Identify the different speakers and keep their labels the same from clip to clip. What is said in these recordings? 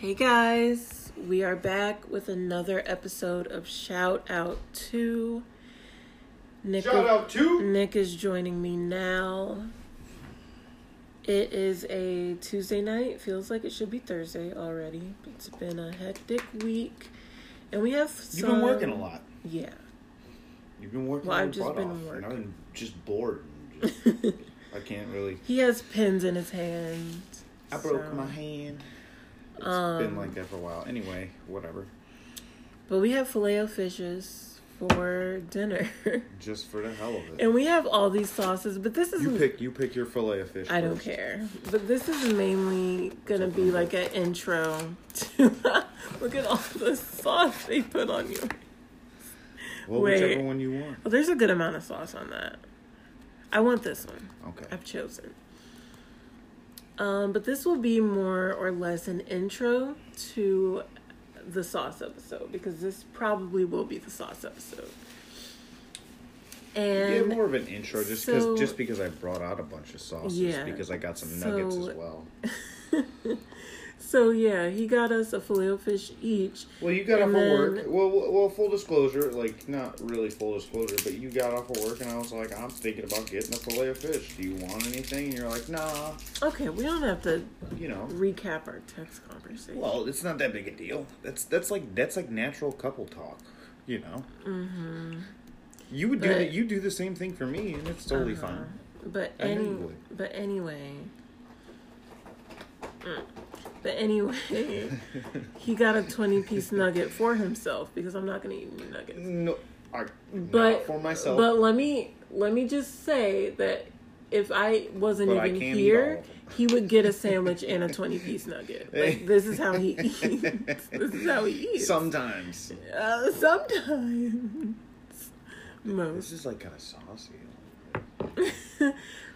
Speaker 1: Hey guys, we are back with another episode of Shout Out to Nick.
Speaker 2: Shout out to
Speaker 1: Nick is joining me now. It is a Tuesday night. Feels like it should be Thursday already. It's been a hectic week, and we have.
Speaker 2: You've been working a lot.
Speaker 1: Yeah.
Speaker 2: You've been working.
Speaker 1: Well,
Speaker 2: your
Speaker 1: I've just
Speaker 2: butt
Speaker 1: been
Speaker 2: off, and
Speaker 1: working.
Speaker 2: I've been just bored. and just- I can't really.
Speaker 1: he has pins in his hand.
Speaker 2: I broke
Speaker 1: so-
Speaker 2: my hand. It's
Speaker 1: Um,
Speaker 2: been like that for a while. Anyway, whatever.
Speaker 1: But we have filet o fishes for dinner,
Speaker 2: Just for the hell of it.
Speaker 1: and we have all these sauces. But this is
Speaker 2: You pick. You pick your fillet of fish.
Speaker 1: I don't
Speaker 2: first.
Speaker 1: care. But this is mainly gonna be like an intro to look at all the sauce they put on you.
Speaker 2: Well,
Speaker 1: Wait.
Speaker 2: whichever one you want.
Speaker 1: Well, there's a good amount of sauce on that. I want this one.
Speaker 2: Okay.
Speaker 1: I've chosen. Um, but this will be more or less an intro to the sauce episode because this probably will be the sauce episode.
Speaker 2: Yeah,
Speaker 1: And
Speaker 2: more of an intro, just because
Speaker 1: so-
Speaker 2: just because I brought out a bunch of sauces,
Speaker 1: Yeah.
Speaker 2: because I got some
Speaker 1: So-
Speaker 2: nuggets as well.
Speaker 1: so yeah, he got us a filet o fish each.
Speaker 2: Well, you got
Speaker 1: And
Speaker 2: off of work.
Speaker 1: then-
Speaker 2: Well, well, well, full disclosure, like not really full disclosure, but you got off of work, and I was like, I'm thinking about getting a fillet of fish. Do you want anything? And you're like, Nah,
Speaker 1: Okay, we don't have to
Speaker 2: you know.
Speaker 1: recap our text conversation.
Speaker 2: Well, it's not that big a deal. That's that's like that's like natural couple talk, you know. Mm-hmm. You would do
Speaker 1: But-
Speaker 2: the, you do the same thing for me, and it's totally
Speaker 1: Uh-huh.
Speaker 2: fine.
Speaker 1: But
Speaker 2: I knew
Speaker 1: any,
Speaker 2: you would.
Speaker 1: but anyway, Mm. but anyway, he got a twenty-piece nugget for himself because I'm not gonna eat any nuggets.
Speaker 2: No, I,
Speaker 1: But
Speaker 2: not for myself.
Speaker 1: But let me let me just say that if I wasn't
Speaker 2: But I
Speaker 1: even
Speaker 2: can eat all
Speaker 1: here,
Speaker 2: of
Speaker 1: he would get a sandwich and a twenty-piece nugget. Like this is how he eats. this is how he eats.
Speaker 2: sometimes
Speaker 1: uh, sometimes, most.
Speaker 2: this is like kind of saucy.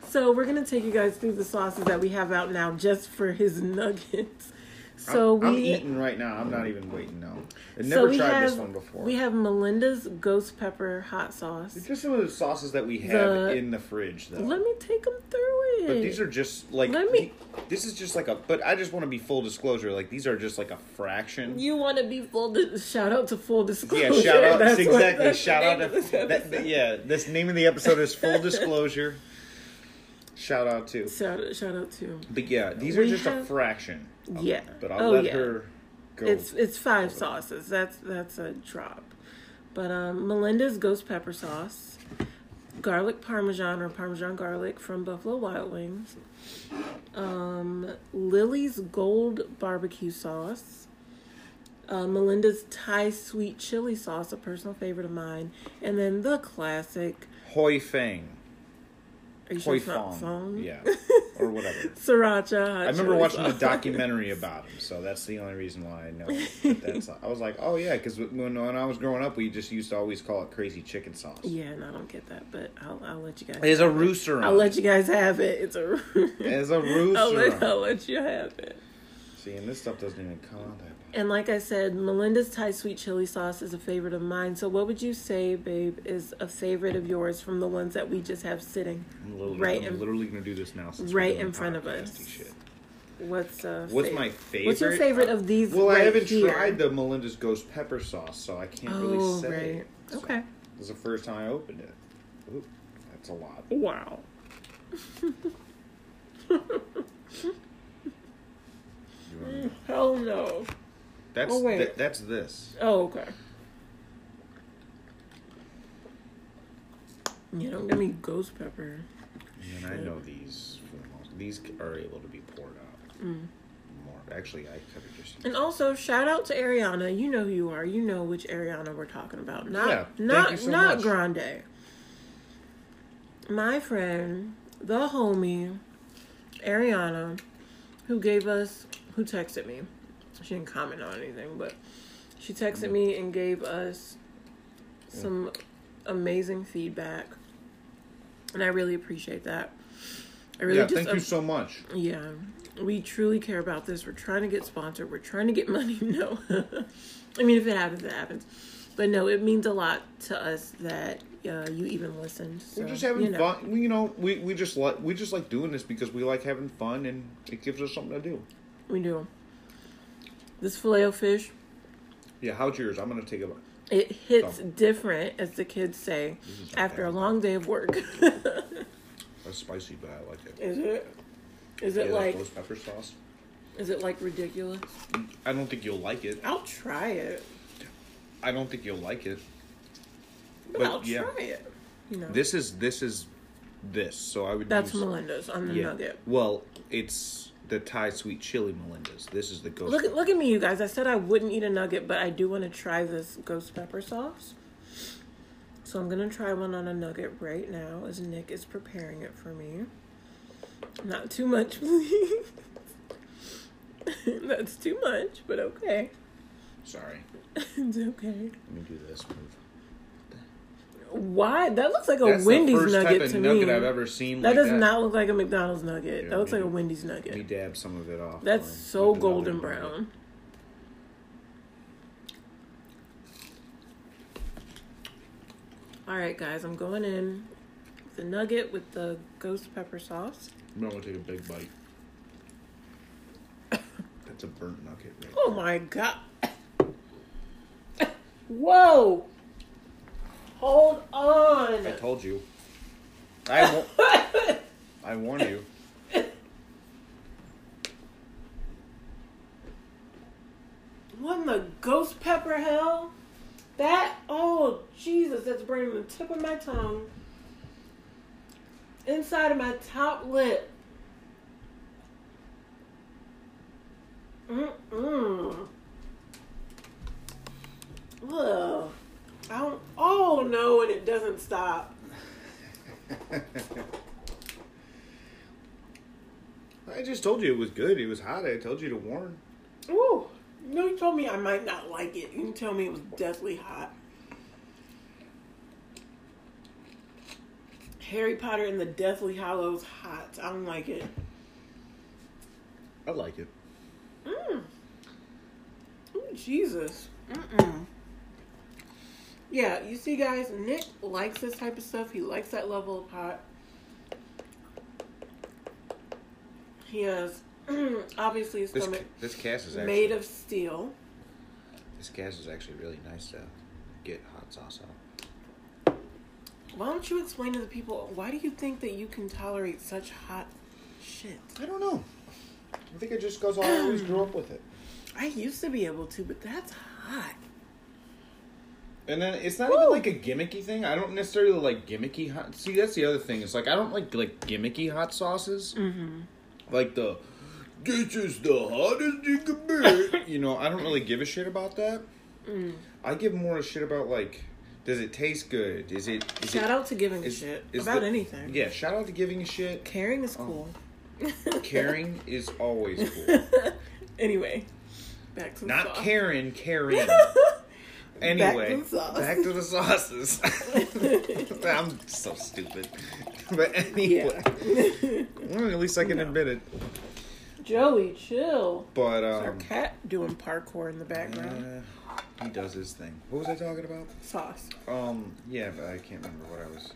Speaker 1: So we're gonna take you guys through the sauces that we have out now, just for his nuggets. So
Speaker 2: I'm, I'm
Speaker 1: we
Speaker 2: eating right now. I'm not even waiting. No, I
Speaker 1: so
Speaker 2: never
Speaker 1: we
Speaker 2: tried
Speaker 1: have,
Speaker 2: this one before.
Speaker 1: We have Melinda's ghost pepper hot sauce.
Speaker 2: It's just some of the sauces that we have
Speaker 1: The-
Speaker 2: in the fridge, though.
Speaker 1: Let me take them through it.
Speaker 2: but these are just like
Speaker 1: Let me-
Speaker 2: this is just like a. But I just want to be full disclosure. Like these are just like a fraction.
Speaker 1: you want to be full. Di- shout out to full disclosure.
Speaker 2: yeah, shout out
Speaker 1: That's what-
Speaker 2: exactly.
Speaker 1: that's the
Speaker 2: Shout out
Speaker 1: name
Speaker 2: to
Speaker 1: of this
Speaker 2: that,
Speaker 1: episode.
Speaker 2: yeah. This name of the episode is full disclosure. Shout out to.
Speaker 1: Shout out, shout out to.
Speaker 2: But yeah, these
Speaker 1: We
Speaker 2: are just a
Speaker 1: have-
Speaker 2: fraction. of
Speaker 1: Yeah.
Speaker 2: it, But I'll
Speaker 1: Oh,
Speaker 2: let
Speaker 1: yeah.
Speaker 2: her go.
Speaker 1: It's it's five sauces. That's that's a drop. But um, Melinda's ghost pepper sauce, garlic parmesan or parmesan garlic from Buffalo Wild Wings, um, Lily's gold barbecue sauce, uh, Melinda's Thai sweet chili sauce, a personal favorite of mine, and then the classic.
Speaker 2: Hoi Fang.
Speaker 1: Are you sure
Speaker 2: Hoi
Speaker 1: it's not
Speaker 2: Fong.
Speaker 1: phone?
Speaker 2: Yeah. Or whatever.
Speaker 1: Sriracha. hot
Speaker 2: I remember
Speaker 1: chili
Speaker 2: watching a
Speaker 1: sauce.
Speaker 2: documentary about him, so that's the only reason why I know. That that's, I was like, oh yeah, because when, when I was growing up, we just used to always call it crazy chicken sauce.
Speaker 1: Yeah, and I don't get that, but I'll I'll let you guys.
Speaker 2: It's a rooster.
Speaker 1: I'll let you guys have it. It's a.
Speaker 2: It's a
Speaker 1: I'll
Speaker 2: rooster.
Speaker 1: let, I'll let you have it.
Speaker 2: See, and this stuff doesn't even come out that much.
Speaker 1: And like I said, Melinda's Thai sweet chili sauce is a favorite of mine. So, what would you say, babe, is a favorite of yours from the ones that we just have sitting?
Speaker 2: I'm literally,
Speaker 1: Right
Speaker 2: I'm
Speaker 1: in-
Speaker 2: literally gonna do this now. Since
Speaker 1: right
Speaker 2: we're doing
Speaker 1: in front of
Speaker 2: podcasty
Speaker 1: us.
Speaker 2: Shit.
Speaker 1: What's uh,
Speaker 2: What's
Speaker 1: fav-
Speaker 2: my favorite?
Speaker 1: What's your favorite of these?
Speaker 2: Well, I
Speaker 1: right
Speaker 2: haven't
Speaker 1: here?
Speaker 2: tried the Melinda's Ghost Pepper Sauce, so I can't
Speaker 1: Oh,
Speaker 2: really say.
Speaker 1: right.
Speaker 2: So,
Speaker 1: Okay.
Speaker 2: This is the first time I opened it. Ooh, that's a lot.
Speaker 1: Wow.
Speaker 2: You wanna-
Speaker 1: Hell no.
Speaker 2: That's
Speaker 1: Mm. Oh, wait.
Speaker 2: th- that's this.
Speaker 1: Oh, okay. You don't give me ghost pepper.
Speaker 2: And I know these for the most. These are able to be poured out
Speaker 1: Mm.
Speaker 2: more. Actually, I could have just.
Speaker 1: And also, shout out to Ariana. You know who you are. You know which Ariana we're talking about. Not
Speaker 2: Yeah, thank
Speaker 1: not
Speaker 2: you so
Speaker 1: not
Speaker 2: much.
Speaker 1: Grande. My friend, the homie, Ariana, who gave us who texted me. She didn't comment on anything, but she texted me and gave us some amazing feedback. And I really appreciate that. I really
Speaker 2: yeah,
Speaker 1: just
Speaker 2: thank you so much.
Speaker 1: yeah, we truly care about this. We're trying to get sponsored. We're trying to get money. No, I mean if it happens, it happens. But no, it means a lot to us that uh, you even listened. So,
Speaker 2: We're just having
Speaker 1: you know.
Speaker 2: fun. We, you know, we, we just like we just like doing this because we like having fun and it gives us something to do.
Speaker 1: We do. This filet o fish,
Speaker 2: Yeah, how's yours? I'm gonna take a.
Speaker 1: it hits
Speaker 2: Some.
Speaker 1: different, as the kids say,
Speaker 2: is not
Speaker 1: after a
Speaker 2: bad.
Speaker 1: long day of work.
Speaker 2: That's spicy, but I like it.
Speaker 1: is it? Is it
Speaker 2: Yeah,
Speaker 1: like?
Speaker 2: ghost pepper sauce?
Speaker 1: Is it like ridiculous?
Speaker 2: I don't think you'll like it.
Speaker 1: I'll try it.
Speaker 2: I don't think you'll like it.
Speaker 1: But,
Speaker 2: But,
Speaker 1: I'll
Speaker 2: yeah.
Speaker 1: try it. You know.
Speaker 2: This is this is this. So I would.
Speaker 1: Oh. That's
Speaker 2: use,
Speaker 1: Melinda's on the nugget.
Speaker 2: Well, it's the Thai sweet chili Melinda's. This is the ghost.
Speaker 1: Look at
Speaker 2: pepper.
Speaker 1: look at me, you guys. I said I wouldn't eat a nugget, but I do want to try this ghost pepper sauce. So I'm gonna try one on a nugget right now as Nick is preparing it for me. Not too much, please. That's too much, but okay.
Speaker 2: Sorry.
Speaker 1: It's okay.
Speaker 2: Let me do this move.
Speaker 1: Why? That looks like a
Speaker 2: That's
Speaker 1: Wendy's
Speaker 2: the first
Speaker 1: nugget
Speaker 2: type of
Speaker 1: to
Speaker 2: nugget
Speaker 1: me.
Speaker 2: I've ever seen.
Speaker 1: that
Speaker 2: like
Speaker 1: does
Speaker 2: that.
Speaker 1: not look like a McDonald's nugget.
Speaker 2: Yeah,
Speaker 1: that looks like a
Speaker 2: maybe-
Speaker 1: Wendy's
Speaker 2: Let
Speaker 1: nugget.
Speaker 2: me dab some of it off.
Speaker 1: That's
Speaker 2: Lauren.
Speaker 1: so
Speaker 2: Look at all
Speaker 1: golden
Speaker 2: the-
Speaker 1: brown. All right, guys, I'm going in with the nugget with the ghost pepper sauce.
Speaker 2: I'm gonna take a big bite. That's a burnt nugget. Right
Speaker 1: Oh my god! Whoa! Hold on.
Speaker 2: I told you. I won't. I warn you.
Speaker 1: What in the ghost pepper hell? That oh Jesus, that's burning the tip of my tongue, inside of my top lip. Mm mm. Ugh. I don't. Oh no, and it doesn't stop.
Speaker 2: I just told you it was good. It was hot. I told you to warn.
Speaker 1: Ooh. No, you told me I might not like it. You told me it was deathly hot. Harry Potter and the Deathly Hollows hot. I don't like it.
Speaker 2: I like it.
Speaker 1: Mm. Ooh, Jesus. Mm-mm. Yeah, you see, guys, Nick likes this type of stuff. He likes that level of hot. He has obviously a
Speaker 2: This
Speaker 1: stomach
Speaker 2: this cast is actually
Speaker 1: made of steel.
Speaker 2: this cast is actually really nice to get hot sauce out.
Speaker 1: Why don't you explain to the people why do you think that you can tolerate such hot shit?
Speaker 2: I don't know. I think it just goes. I always grew up with it.
Speaker 1: I used to be able to, but that's hot.
Speaker 2: And then it's not
Speaker 1: Woo!
Speaker 2: even like a gimmicky thing. I don't necessarily like gimmicky hot. See, that's the other thing. It's like I don't like like gimmicky hot sauces. Mm-hmm. Like the this is the hottest you can be. you know, I don't really give a shit about that.
Speaker 1: Mm.
Speaker 2: I give more a shit about like, does it taste good? Is it? Is
Speaker 1: Shout
Speaker 2: it,
Speaker 1: out to giving a
Speaker 2: is-
Speaker 1: shit
Speaker 2: is
Speaker 1: about
Speaker 2: the-
Speaker 1: anything.
Speaker 2: Yeah, Oh. shout out to giving a shit.
Speaker 1: Caring is cool.
Speaker 2: Caring is always cool.
Speaker 1: anyway, back to the
Speaker 2: Not
Speaker 1: sauce.
Speaker 2: Karen, caring. Anyway,
Speaker 1: Back to the sauce.
Speaker 2: back to the sauces. I'm so stupid. But anyway,
Speaker 1: Yeah.
Speaker 2: well, at least I can
Speaker 1: No.
Speaker 2: admit it.
Speaker 1: Joey, chill.
Speaker 2: But
Speaker 1: Our
Speaker 2: um,
Speaker 1: cat doing parkour in the background.
Speaker 2: uh, he does his thing. What was I talking about?
Speaker 1: Sauce.
Speaker 2: Um, yeah, but I can't remember what I was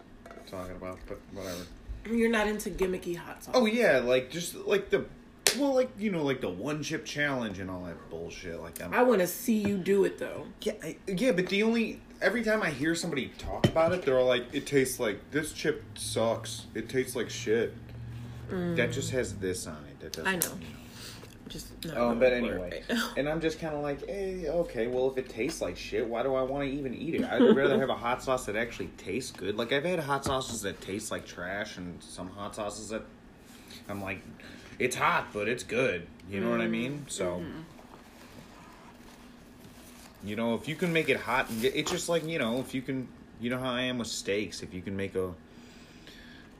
Speaker 2: talking about. But whatever.
Speaker 1: You're not into gimmicky hot sauce.
Speaker 2: Oh yeah, like just like the, well, like you know, like the one chip challenge and all that bullshit. Like I'm
Speaker 1: I want to see you do it though.
Speaker 2: Yeah, I, yeah, but the only every time I hear somebody talk about it, they're all like, "It tastes like this chip sucks. It tastes like shit." That just has this on it. That doesn't.
Speaker 1: Mm. I know. Just not going
Speaker 2: Um, but
Speaker 1: for it
Speaker 2: anyway,
Speaker 1: right now.
Speaker 2: and I'm just kind of like, eh, okay, well, if it tastes like shit, why do I want to even eat it? I'd rather have a hot sauce that actually tastes good. Like I've had hot sauces that taste like trash, and some hot sauces that I'm like, it's hot, but it's good. You know what I mean? So,
Speaker 1: Mm-hmm.
Speaker 2: you know, if you can make it hot, and get, it's just like you know, if you can, you know how I am with steaks. If you can make a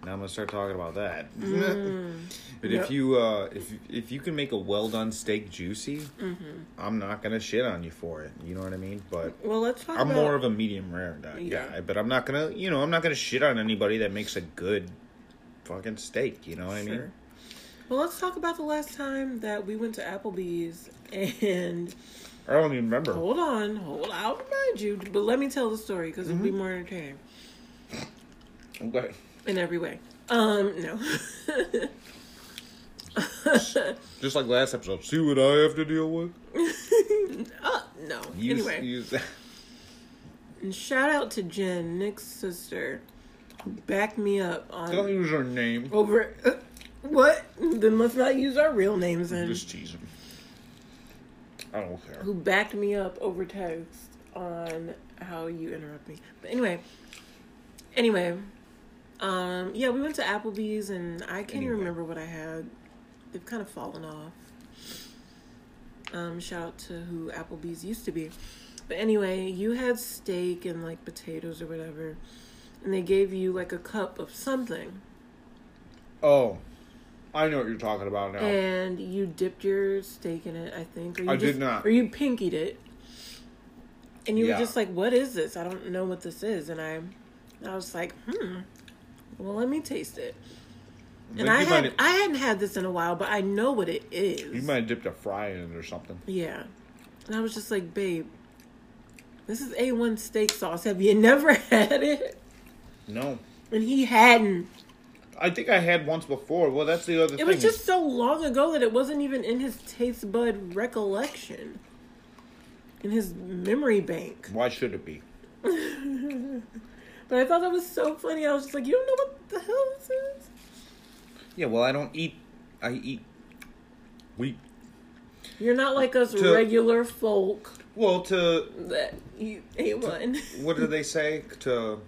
Speaker 2: now I'm gonna start talking about that. but if
Speaker 1: Mm. Yep.
Speaker 2: you uh, if if you can make a well done steak juicy, I'm not gonna shit on you for it. You know what I mean? But
Speaker 1: Mm-hmm. Well, let's talk
Speaker 2: I'm
Speaker 1: about
Speaker 2: more of a medium rare guy,
Speaker 1: Yeah.
Speaker 2: guy, but I'm not gonna you know I'm not gonna shit on anybody that makes a good fucking steak. You know what I mean?
Speaker 1: Sure. Well, let's talk about the last time that we went to Applebee's and
Speaker 2: I don't even remember.
Speaker 1: hold on, hold I'll remind you, but let me tell the story because it'll
Speaker 2: Mm-hmm.
Speaker 1: be more entertaining
Speaker 2: Okay.
Speaker 1: in every way. Um, no.
Speaker 2: Just like last episode, see what I have to deal with.
Speaker 1: Uh, no.
Speaker 2: Use,
Speaker 1: anyway,
Speaker 2: use that.
Speaker 1: and shout out to Jen, Nick's sister, who backed me up
Speaker 2: Don't
Speaker 1: on
Speaker 2: use her name.
Speaker 1: over. Uh, what? Then let's not use our real names then.
Speaker 2: Just tease him. I don't care.
Speaker 1: who backed me up over text on how you interrupt me. But anyway, anyway, um, yeah, we went to Applebee's and I can't even
Speaker 2: Anyway.
Speaker 1: remember what I had. They've kind of fallen off. Um, shout out to who Applebee's used to be. But anyway, you had steak and like potatoes or whatever, and they gave you like a cup of something,
Speaker 2: Oh, I know what you're talking about now.
Speaker 1: and you dipped your steak in it, I think. Or you
Speaker 2: Oh. I did
Speaker 1: just-
Speaker 2: not.
Speaker 1: Or you pinkied it, and you
Speaker 2: Yeah.
Speaker 1: were just like, "What is this? I don't know what this is." And I, I was like, "Hmm, well, let me taste it."
Speaker 2: think
Speaker 1: And I
Speaker 2: you
Speaker 1: had
Speaker 2: might-
Speaker 1: I hadn't had this in a while, but I know what it is.
Speaker 2: you might have dipped a fry in it or something.
Speaker 1: Yeah, and I was just like, "Babe, this is a one steak sauce. Have you never had it?"
Speaker 2: No.
Speaker 1: And he hadn't.
Speaker 2: I think I had once before. Well, that's the other
Speaker 1: It
Speaker 2: thing.
Speaker 1: was
Speaker 2: is-
Speaker 1: just so long ago that it wasn't even in his taste bud recollection, in his memory bank.
Speaker 2: Why should it be?
Speaker 1: But I thought that was so funny. I was just like, you don't know what the hell this is?
Speaker 2: Yeah, well, I don't eat. I eat wheat.
Speaker 1: You're not like us
Speaker 2: To-
Speaker 1: regular folk
Speaker 2: Well, to
Speaker 1: that you ate one.
Speaker 2: what do they say? To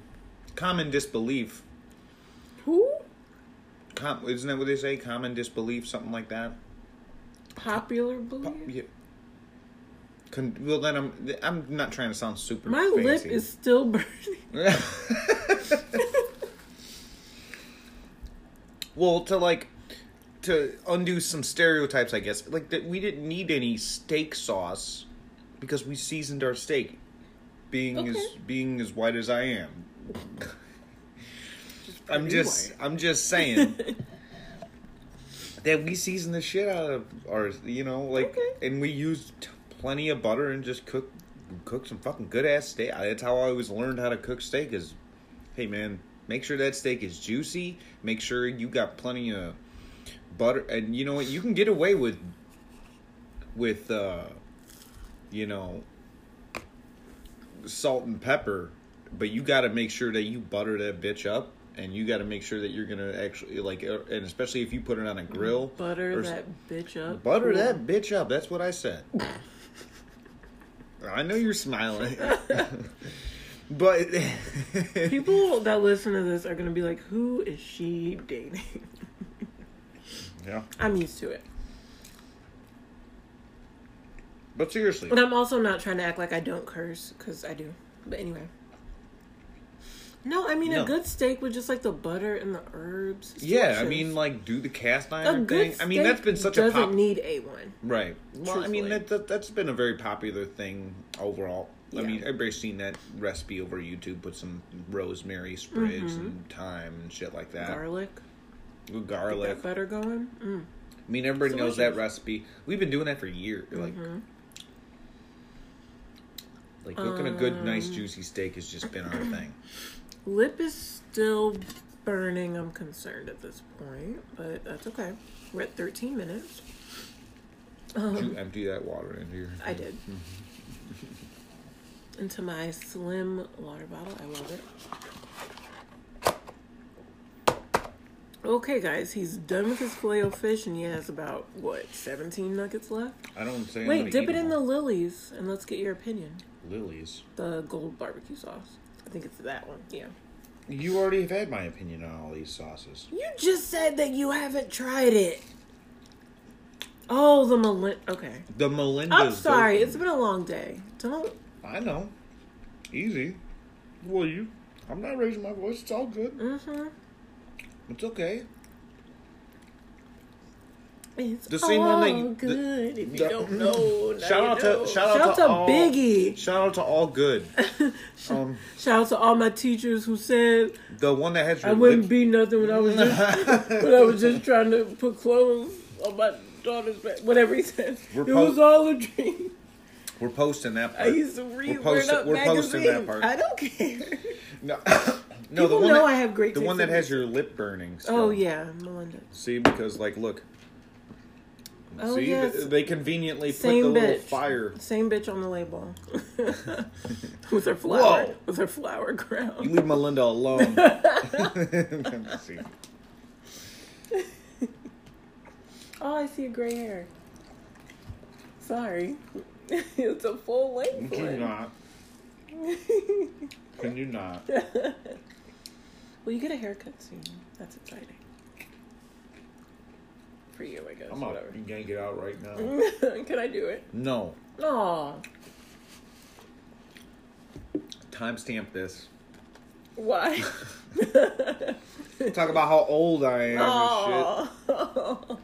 Speaker 2: common disbelief.
Speaker 1: Who?
Speaker 2: Com- isn't that what they say? Common disbelief, something like that.
Speaker 1: Popular
Speaker 2: Po-
Speaker 1: belief?
Speaker 2: yeah. Con- well, then I'm. I'm not trying to sound super.
Speaker 1: My lip
Speaker 2: fancy.
Speaker 1: is still burning.
Speaker 2: well, to like to undo some stereotypes, I guess. Like that we didn't need any steak sauce because we seasoned our steak, being as
Speaker 1: Okay.
Speaker 2: being as white as I am. I'm
Speaker 1: pretty
Speaker 2: just
Speaker 1: white.
Speaker 2: I'm just saying that we seasoned the shit out of our, you know, like,
Speaker 1: Okay.
Speaker 2: and we used t- plenty of butter and just cook cook some fucking good ass steak. I- That's how I always learned how to cook steak. Is hey man, make sure that steak is juicy. Make sure you got plenty of butter, and you know what, you can get away with with uh, you know salt and pepper, but you got to make sure that you butter that bitch up, and you got to make sure that you're gonna actually like, uh, and especially if you put it on a grill,
Speaker 1: Butter
Speaker 2: or s-
Speaker 1: that bitch up.
Speaker 2: butter
Speaker 1: Cool.
Speaker 2: that bitch up. That's what I said. I know you're smiling, but
Speaker 1: People that listen to this are going to be like, who is she dating?
Speaker 2: yeah.
Speaker 1: I'm used to it.
Speaker 2: But seriously,
Speaker 1: But I'm also not trying to act like I don't curse because I do. But anyway. No, I mean
Speaker 2: No.
Speaker 1: a good steak with just like the butter and the herbs. is
Speaker 2: yeah. I
Speaker 1: delicious.
Speaker 2: mean, like, do the cast
Speaker 1: a
Speaker 2: iron
Speaker 1: good
Speaker 2: thing.
Speaker 1: steak
Speaker 2: I mean, that's been such a
Speaker 1: doesn't
Speaker 2: pop.
Speaker 1: need a one.
Speaker 2: Right. Well, I mean
Speaker 1: Truthfully.
Speaker 2: that, that that's been a very popular thing overall. I
Speaker 1: Yeah.
Speaker 2: mean, everybody's seen that recipe over YouTube with some rosemary sprigs
Speaker 1: Mm-hmm.
Speaker 2: and thyme and shit like that.
Speaker 1: Garlic,
Speaker 2: With
Speaker 1: get
Speaker 2: Garlic.
Speaker 1: that butter going. Mm.
Speaker 2: I mean, everybody knows that
Speaker 1: Delicious.
Speaker 2: recipe. We've been doing that for years. Like,
Speaker 1: Mm-hmm.
Speaker 2: like cooking a good, nice,
Speaker 1: Um.
Speaker 2: juicy steak has just been our thing.
Speaker 1: Lip is still burning. I'm concerned at this point, but that's okay. We're at 13 minutes.
Speaker 2: Did you empty that water into your?
Speaker 1: I did. Into my slim water bottle. I love it. Okay, guys, he's done with his filet of fish, and he has about what 17 nuggets left.
Speaker 2: I don't say. I'm gonna
Speaker 1: Wait,
Speaker 2: eat
Speaker 1: dip it in the
Speaker 2: them
Speaker 1: lilies, and let's get your opinion.
Speaker 2: all. lilies.
Speaker 1: The gold barbecue sauce. I think it's that one. Yeah.
Speaker 2: You already have had my opinion on all these sauces.
Speaker 1: You just said that you haven't tried it. Oh, the Melinda. Okay.
Speaker 2: The Melinda's.
Speaker 1: I'm sorry.
Speaker 2: Dozen.
Speaker 1: It's been a long day. Don't
Speaker 2: I know. Easy. Well, you. I'm not raising my voice. It's all good.
Speaker 1: Mm-hmm.
Speaker 2: It's okay.
Speaker 1: It's
Speaker 2: The same
Speaker 1: all
Speaker 2: one that you- the-
Speaker 1: good. if you
Speaker 2: the-
Speaker 1: don't know, now
Speaker 2: Shout
Speaker 1: you
Speaker 2: out to-
Speaker 1: know.
Speaker 2: shout out to all-
Speaker 1: Biggie.
Speaker 2: Shout out to all good. um,
Speaker 1: Shout out to all my teachers who said
Speaker 2: the one that had your
Speaker 1: I wouldn't
Speaker 2: lip-
Speaker 1: be nothing when I was just when I was just trying to put clothes on my daughter's back. Whatever he said,
Speaker 2: We're
Speaker 1: it
Speaker 2: po-
Speaker 1: was all a dream.
Speaker 2: We're posting that
Speaker 1: I
Speaker 2: part.
Speaker 1: used to read Word
Speaker 2: We're posting-
Speaker 1: Up
Speaker 2: we're posting
Speaker 1: magazine.
Speaker 2: that part.
Speaker 1: I don't care.
Speaker 2: No, no. The
Speaker 1: People
Speaker 2: one
Speaker 1: know
Speaker 2: that,
Speaker 1: I have Oh, great
Speaker 2: The one
Speaker 1: taste
Speaker 2: that
Speaker 1: in
Speaker 2: has your lip burning. Still.
Speaker 1: Oh yeah, Melinda.
Speaker 2: See, because like, look,
Speaker 1: Oh,
Speaker 2: See,
Speaker 1: yes.
Speaker 2: Th- they conveniently
Speaker 1: Same
Speaker 2: put the little
Speaker 1: bitch.
Speaker 2: fire.
Speaker 1: Same bitch on the label. with her flower.
Speaker 2: Whoa.
Speaker 1: With her flower
Speaker 2: You
Speaker 1: crown.
Speaker 2: leave Melinda alone. I'm just kidding.
Speaker 1: Oh, I see gray hair. Sorry. it's a full length.
Speaker 2: Can you
Speaker 1: one.
Speaker 2: not? Can you not?
Speaker 1: Well, you get a haircut soon. That's exciting. For you, I guess.
Speaker 2: I'm gonna
Speaker 1: Whatever. Mm-hmm.
Speaker 2: yank it out right now.
Speaker 1: Can I do it?
Speaker 2: No.
Speaker 1: Oh,
Speaker 2: Timestamp this.
Speaker 1: why?
Speaker 2: Talk about how old I am and shit.
Speaker 1: Oh.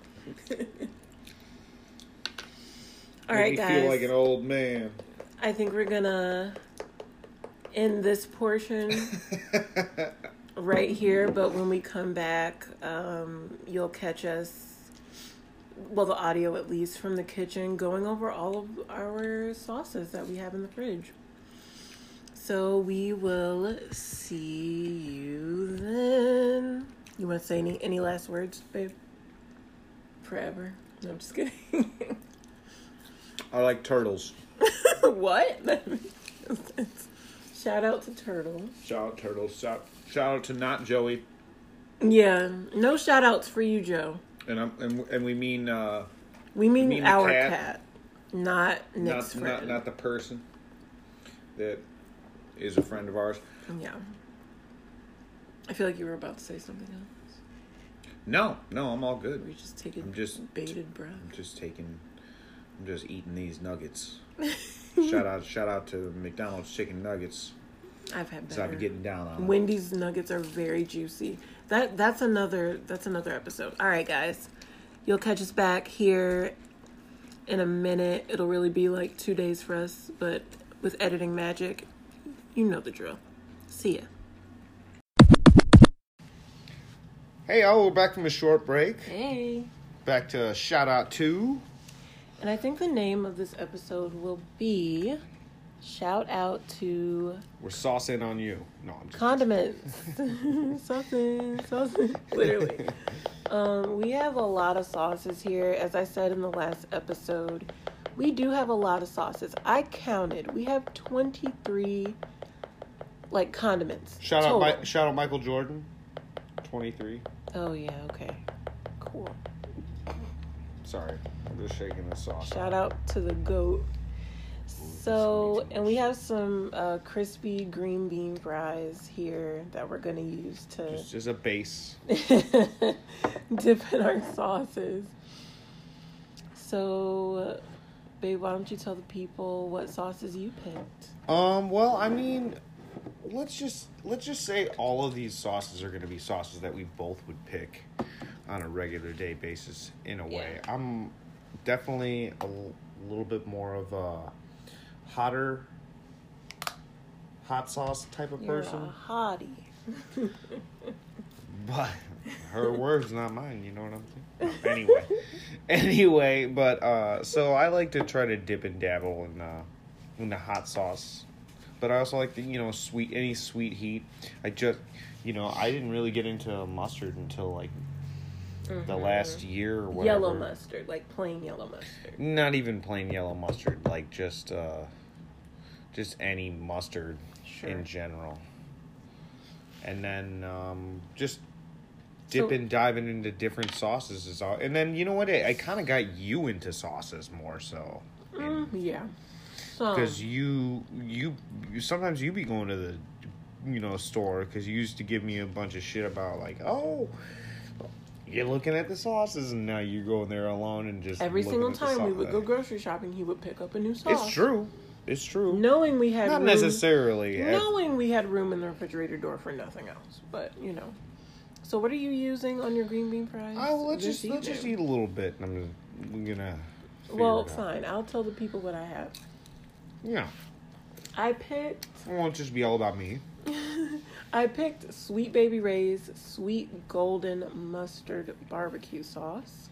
Speaker 1: All
Speaker 2: Make
Speaker 1: right,
Speaker 2: me
Speaker 1: guys.
Speaker 2: feel like an old man.
Speaker 1: I think we're gonna end this portion right here, but when we come back, um, you'll catch us. Well, the audio at least from the kitchen going over all of our sauces that we have in the fridge. So we will see you then. You want to say any any last words, babe? Forever. No, I'm just kidding.
Speaker 2: I like turtles.
Speaker 1: what? Shout out to Turtle.
Speaker 2: Shout out turtles. Shout, shout out to not Joey.
Speaker 1: Yeah, no shout outs for you, Joe.
Speaker 2: And I'm and, and we mean uh
Speaker 1: We mean,
Speaker 2: mean the
Speaker 1: our
Speaker 2: cat?
Speaker 1: cat, not Nick's
Speaker 2: not, not
Speaker 1: friend.
Speaker 2: not the person that is a friend of ours.
Speaker 1: yeah. I feel like you were about to say something else.
Speaker 2: No, no, I'm all
Speaker 1: We
Speaker 2: good.
Speaker 1: just take a
Speaker 2: I'm just-
Speaker 1: bated breath.
Speaker 2: I'm just taking I'm just eating these nuggets. shout out shout out to McDonald's chicken nuggets.
Speaker 1: I've had
Speaker 2: 'cause I've
Speaker 1: better.
Speaker 2: been getting down on 'em.
Speaker 1: Wendy's nuggets are very juicy. That that's another that's another episode. All right, guys, you'll catch us back here in a minute. It'll really be like two days for us, but with editing magic, you know the drill. See ya.
Speaker 2: Hey y'all, we're back from a short break.
Speaker 1: Hey.
Speaker 2: Back to shout out to
Speaker 1: And I think the name of this episode will be Shout Out to
Speaker 2: We're saucing on you. No, I'm just
Speaker 1: Condiments. something, something. Literally. Um, we have a lot of sauces here. As I said in the last episode, we do have a lot of sauces. I counted. We have 23 like condiments.
Speaker 2: Shout out,
Speaker 1: total.
Speaker 2: Mi- shout out Michael Jordan, twenty three.
Speaker 1: Oh, yeah. Okay. Cool.
Speaker 2: Sorry, I'm just shaking this off.
Speaker 1: Shout out to the goat. So, and we have some uh, crispy green bean fries here that we're gonna use to
Speaker 2: It's just a base.
Speaker 1: dip in our sauces. So, babe, why don't you tell the people what sauces you picked?
Speaker 2: Um. Well, I mean, let's just let's just say all of these sauces are going to be sauces that we both would pick on a regular day basis. In a way, I'm definitely a l- little bit more of a hotter, hot sauce type of
Speaker 1: You're
Speaker 2: person.
Speaker 1: a hottie.
Speaker 2: But her words, not mine. You know what I'm saying? No, Anyway, anyway, but uh, so I like to try to dip and dabble in uh, in the hot sauce, but I also like the you know sweet any sweet heat. I just you know I didn't really get into mustard until like the last year or whatever.
Speaker 1: Yellow mustard, like plain yellow mustard.
Speaker 2: Not even plain yellow mustard, like just uh, just any mustard
Speaker 1: Sure.
Speaker 2: in general. And then um, just dipping,
Speaker 1: So-
Speaker 2: diving into different sauces is all. And then you know what? I, I kind of got you into sauces more so.
Speaker 1: Mm, yeah. So,
Speaker 2: Because you, you you sometimes you be going to the you know store because you used to give me a bunch of shit about like oh you're looking at the sauces and now you're going there alone and just
Speaker 1: every
Speaker 2: looking
Speaker 1: single
Speaker 2: at the
Speaker 1: time we
Speaker 2: sauce.
Speaker 1: would go grocery shopping, he would pick up a new sauce.
Speaker 2: It's true. It's true.
Speaker 1: Knowing we had
Speaker 2: Not
Speaker 1: room-
Speaker 2: necessarily.
Speaker 1: knowing we had room in the refrigerator door for nothing else, but you know. So what are you using on your green bean fries?
Speaker 2: Oh, well, let's
Speaker 1: this
Speaker 2: just let's just
Speaker 1: evening?
Speaker 2: eat a little bit. and I'm just, we're gonna. figure
Speaker 1: Well,
Speaker 2: it out.
Speaker 1: fine. I'll tell the people what I have.
Speaker 2: Yeah,
Speaker 1: I picked
Speaker 2: it won't just be all about me.
Speaker 1: I picked Sweet Baby Ray's Sweet Golden Mustard Barbecue Sauce,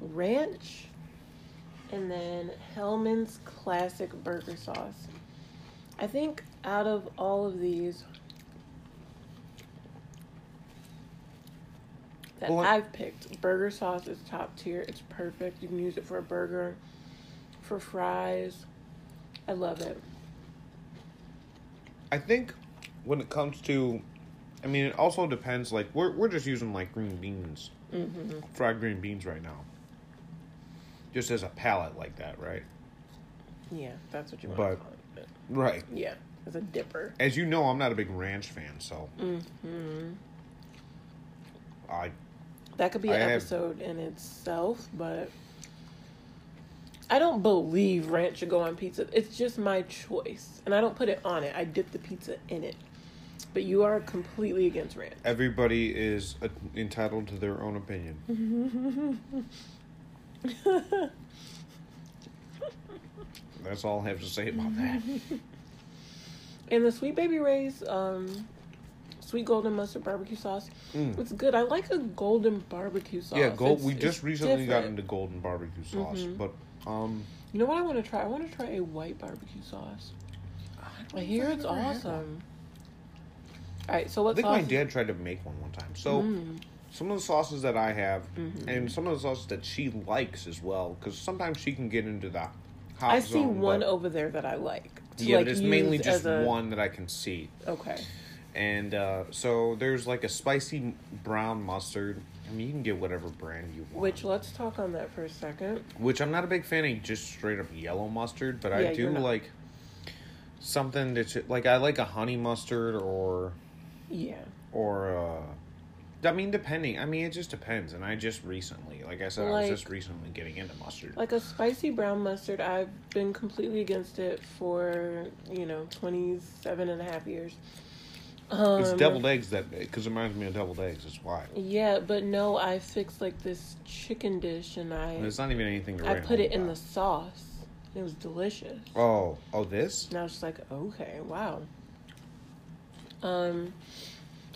Speaker 1: Ranch, and then Hellman's Classic Burger Sauce. I think out of all of these, that
Speaker 2: Well, I-
Speaker 1: I've picked. Burger sauce is top tier. It's perfect. You can use it for a burger, for fries. I love it.
Speaker 2: I think when it comes to, I mean, it also depends. Like we're we're just using like green beans, fried green beans right now. Just as a palette like that, right?
Speaker 1: Yeah, that's what you want to
Speaker 2: But-
Speaker 1: call it. but-
Speaker 2: Right.
Speaker 1: Yeah, it's a dipper.
Speaker 2: As you know, I'm not a big ranch fan, so I
Speaker 1: That could be an
Speaker 2: I have-
Speaker 1: episode in itself, but I don't believe ranch should go on pizza. It's just my choice, and I don't put it on it. I dip the pizza in it. But you are completely against ranch.
Speaker 2: everybody is uh, entitled to their own opinion. That's all I have to say about that.
Speaker 1: And the sweet baby Ray's um, sweet golden mustard barbecue sauce,
Speaker 2: Mm.
Speaker 1: it's good. I like a golden barbecue sauce.
Speaker 2: Yeah, gold.
Speaker 1: It's-
Speaker 2: we
Speaker 1: it's
Speaker 2: just recently got
Speaker 1: different.
Speaker 2: into golden barbecue sauce,
Speaker 1: Mhm.
Speaker 2: but um,
Speaker 1: You know what I want to try? I want to try a white barbecue sauce. I hear it's awesome. All right, so
Speaker 2: I
Speaker 1: what
Speaker 2: think
Speaker 1: sauce? Mm.
Speaker 2: my dad tried to make one one time. So some of the sauces that I have,
Speaker 1: Mm-hmm.
Speaker 2: and some of the sauces that she likes as well, because sometimes she can get into the hot
Speaker 1: I see
Speaker 2: zone,
Speaker 1: one
Speaker 2: but-
Speaker 1: over there that I like. to,
Speaker 2: Yeah,
Speaker 1: like,
Speaker 2: but it's mainly
Speaker 1: use
Speaker 2: just
Speaker 1: as a-
Speaker 2: one that I can see.
Speaker 1: Okay.
Speaker 2: And uh, so there's like a spicy brown mustard. I mean, you can get whatever brand you want.
Speaker 1: Which let's talk on that for a second.
Speaker 2: which I'm not a big fan of just straight up yellow mustard, but
Speaker 1: Yeah,
Speaker 2: I do
Speaker 1: you're not.
Speaker 2: like something that's like I like a honey mustard or
Speaker 1: Yeah.
Speaker 2: or uh I mean depending. I mean it just depends and I just recently, like I said, I was
Speaker 1: Like-
Speaker 2: just recently getting into mustard.
Speaker 1: Like a spicy brown mustard, I've been completely against it for, you know, 27 and a half years. Um,
Speaker 2: it's deviled eggs that cuz it reminds me of deviled eggs, that's why.
Speaker 1: Yeah, but no, I fixed like this chicken dish and I
Speaker 2: And it's not even anything to
Speaker 1: I
Speaker 2: write
Speaker 1: put
Speaker 2: home
Speaker 1: it in the
Speaker 2: about.
Speaker 1: sauce. It was delicious.
Speaker 2: Oh, oh this?
Speaker 1: And I was just like, okay, wow. Um,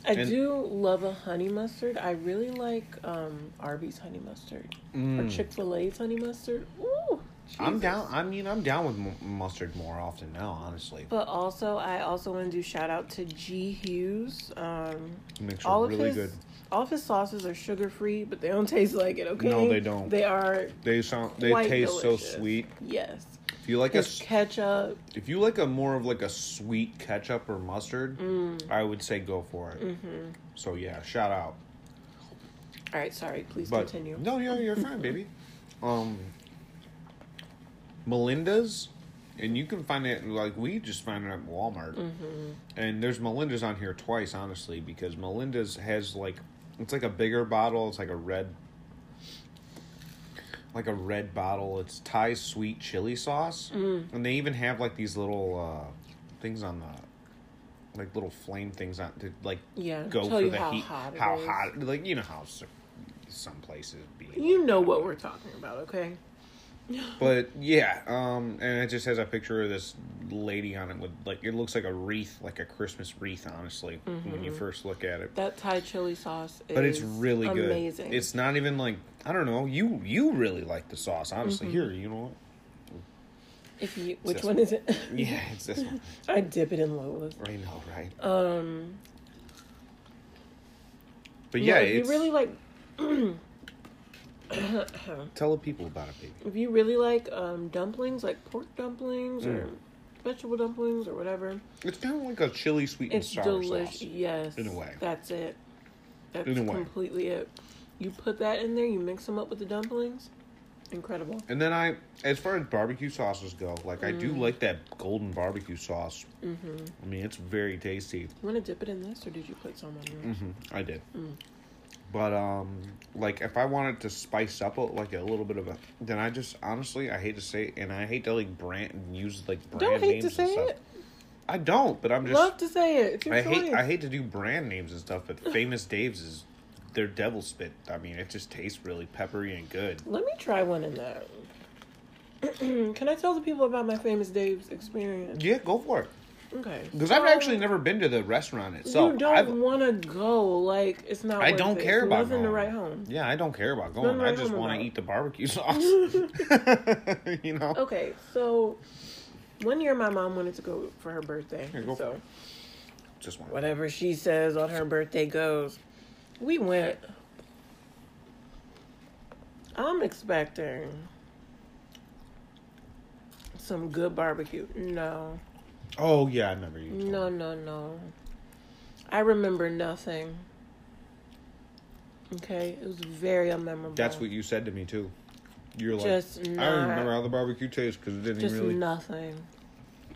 Speaker 1: I
Speaker 2: And-
Speaker 1: do love a honey mustard. I really like um, Arby's honey mustard or
Speaker 2: Mm.
Speaker 1: Chick Fil A's honey mustard. Ooh,
Speaker 2: I'm
Speaker 1: Jesus.
Speaker 2: down I mean I'm down with m- mustard more often now, honestly.
Speaker 1: But also, I also want to do shout out to G Hughes. Um,
Speaker 2: It makes
Speaker 1: all
Speaker 2: it
Speaker 1: of
Speaker 2: really
Speaker 1: his
Speaker 2: good.
Speaker 1: all of his sauces are sugar free, but they don't taste like it. Okay,
Speaker 2: No, they don't.
Speaker 1: They are
Speaker 2: They sound they
Speaker 1: quite
Speaker 2: taste
Speaker 1: delicious.
Speaker 2: so sweet.
Speaker 1: yes.
Speaker 2: If you like a
Speaker 1: His
Speaker 2: s-
Speaker 1: ketchup,
Speaker 2: If you like a more of like a sweet ketchup or mustard, I would say go for it. So yeah, shout out.
Speaker 1: All right, sorry. Please
Speaker 2: But
Speaker 1: continue.
Speaker 2: no, you're you're fine, baby. Um, Melinda's, and you can find it like we just find it at Walmart.
Speaker 1: Mm-hmm.
Speaker 2: And there's Melinda's on here twice, honestly, because Melinda's has like it's like a bigger bottle. It's like a red, like a red bottle. It's Thai sweet chili sauce,
Speaker 1: Mm.
Speaker 2: and they even have like these little uh, things on the. Like little flame things on to like
Speaker 1: Yeah,
Speaker 2: go
Speaker 1: tell
Speaker 2: for
Speaker 1: you
Speaker 2: the
Speaker 1: how
Speaker 2: heat,
Speaker 1: hot it
Speaker 2: how
Speaker 1: is.
Speaker 2: hot like you know how s- some places be.
Speaker 1: You know what we're talking about, okay?
Speaker 2: But yeah, um, and it just has a picture of this lady on it with like it looks like a wreath, like a Christmas wreath, honestly, when you first look at it.
Speaker 1: Mm-hmm. That Thai chili sauce is
Speaker 2: But it's really good.
Speaker 1: amazing.
Speaker 2: It's not even like I don't know. You you really like the sauce, honestly.
Speaker 1: Mm-hmm.
Speaker 2: Here, you know what?
Speaker 1: if you which
Speaker 2: this
Speaker 1: one is it?
Speaker 2: Yeah, it's this one.
Speaker 1: I dip it in Lola's.
Speaker 2: I know, right?
Speaker 1: Um
Speaker 2: But
Speaker 1: no,
Speaker 2: yeah,
Speaker 1: if
Speaker 2: it's,
Speaker 1: you really like
Speaker 2: tell the people about it, baby.
Speaker 1: if you really like um dumplings, like pork dumplings or
Speaker 2: Mm.
Speaker 1: vegetable dumplings or whatever.
Speaker 2: It's kind of like a chili sweet and
Speaker 1: It's
Speaker 2: sour
Speaker 1: delicious.
Speaker 2: sauce.
Speaker 1: Yes.
Speaker 2: in a way.
Speaker 1: That's it. That's
Speaker 2: In a way.
Speaker 1: completely it. You put that in there, you mix them up with the dumplings. Incredible.
Speaker 2: And then I, as far as barbecue sauces go, like I
Speaker 1: Mm.
Speaker 2: do like that golden barbecue sauce.
Speaker 1: Mm-hmm.
Speaker 2: I mean, it's very tasty.
Speaker 1: You want to dip it in this, or did you put some on yours?
Speaker 2: hmm I did. But um, like if I wanted to spice up a, like a little bit of a, then I just honestly I hate to say, it, and I hate to like brand use like brand
Speaker 1: Don't hate
Speaker 2: names
Speaker 1: to
Speaker 2: and
Speaker 1: say
Speaker 2: stuff.
Speaker 1: it.
Speaker 2: I don't, but I'm just
Speaker 1: Love to say it. It's your
Speaker 2: I
Speaker 1: choice.
Speaker 2: hate I hate to do brand names and stuff. But Famous Dave's is their devil spit. I mean, it just tastes really peppery and good.
Speaker 1: Let me try one in that. Can I tell the people about my famous Dave's experience?
Speaker 2: Yeah, go for it.
Speaker 1: Okay.
Speaker 2: Because
Speaker 1: So,
Speaker 2: I've actually never been to the restaurant itself.
Speaker 1: you don't
Speaker 2: I've-
Speaker 1: want to go. Like it's not.
Speaker 2: I
Speaker 1: worth
Speaker 2: don't
Speaker 1: it.
Speaker 2: care
Speaker 1: It's
Speaker 2: about
Speaker 1: nothing to
Speaker 2: going.
Speaker 1: write home.
Speaker 2: Yeah, I don't care about
Speaker 1: nothing
Speaker 2: going.
Speaker 1: to
Speaker 2: I
Speaker 1: write
Speaker 2: just
Speaker 1: home
Speaker 2: want
Speaker 1: about.
Speaker 2: to eat the barbecue sauce. you know.
Speaker 1: Okay, so one year my mom wanted to go for her birthday.
Speaker 2: Here, go for
Speaker 1: so
Speaker 2: it. Just one.
Speaker 1: whatever she says on her birthday goes. We went. I'm expecting some good barbecue. No,
Speaker 2: Oh yeah, I remember you. told
Speaker 1: no,
Speaker 2: me.
Speaker 1: no, no. I remember nothing. Okay, it was very unmemorable.
Speaker 2: That's what you said to me too. You're like,
Speaker 1: Just
Speaker 2: I don't
Speaker 1: not-
Speaker 2: remember how the barbecue tastes because it didn't
Speaker 1: Just
Speaker 2: really.
Speaker 1: nothing.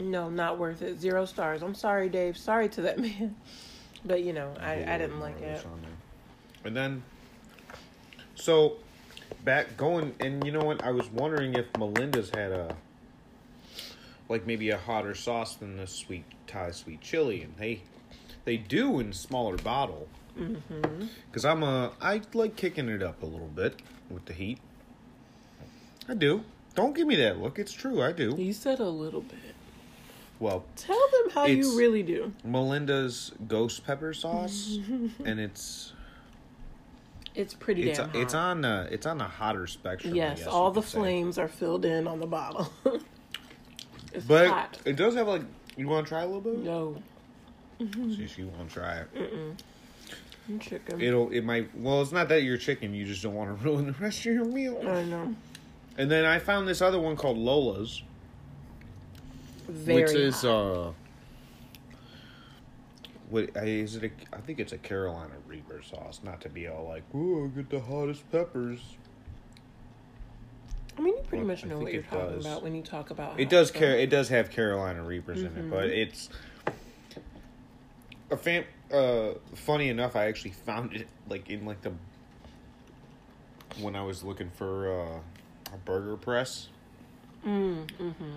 Speaker 1: No, not worth it. Zero stars. I'm sorry, Dave. Sorry to that man. But you know, I, I didn't like it.
Speaker 2: And then, so back going, and you know what? I was wondering if Melinda's had a like maybe a hotter sauce than the sweet Thai sweet chili, and they they do in smaller bottle.
Speaker 1: Mm-hmm.
Speaker 2: Because I'm a I like kicking it up a little bit with the heat. I do. Don't give me that look. It's true. I do.
Speaker 1: You said a little bit.
Speaker 2: Well,
Speaker 1: Tell them how
Speaker 2: It's-
Speaker 1: you really do.
Speaker 2: Melinda's ghost pepper sauce, and it's
Speaker 1: It's pretty
Speaker 2: it's
Speaker 1: damn hot.
Speaker 2: it's on a, it's on a hotter spectrum. I
Speaker 1: yes,
Speaker 2: guess
Speaker 1: all
Speaker 2: you
Speaker 1: the
Speaker 2: could say.
Speaker 1: flames are filled in on the bottle. it's
Speaker 2: but it-
Speaker 1: hot.
Speaker 2: it does have like you want to try a little bit.
Speaker 1: No,
Speaker 2: See, she won't try it.
Speaker 1: I'm chicken.
Speaker 2: It'll it might well. It's not that you're chicken. You just don't want to ruin the rest of your meal.
Speaker 1: I know.
Speaker 2: And then I found this other one called Lola's,
Speaker 1: Very
Speaker 2: which is
Speaker 1: hot.
Speaker 2: uh. What I- is it? A, I think it's a Carolina Reaper sauce. Not to be all like, "Ooh, I get the hottest peppers."
Speaker 1: I mean, you pretty
Speaker 2: I
Speaker 1: much know
Speaker 2: think
Speaker 1: what you're
Speaker 2: it
Speaker 1: talking
Speaker 2: does.
Speaker 1: about when you talk about.
Speaker 2: It
Speaker 1: hot
Speaker 2: does
Speaker 1: sauce.
Speaker 2: care. It does have Carolina Reapers in it, but it's a fan. Uh, funny enough, I actually found it like in like the when I was looking for uh, a burger press, mm, mm-hmm.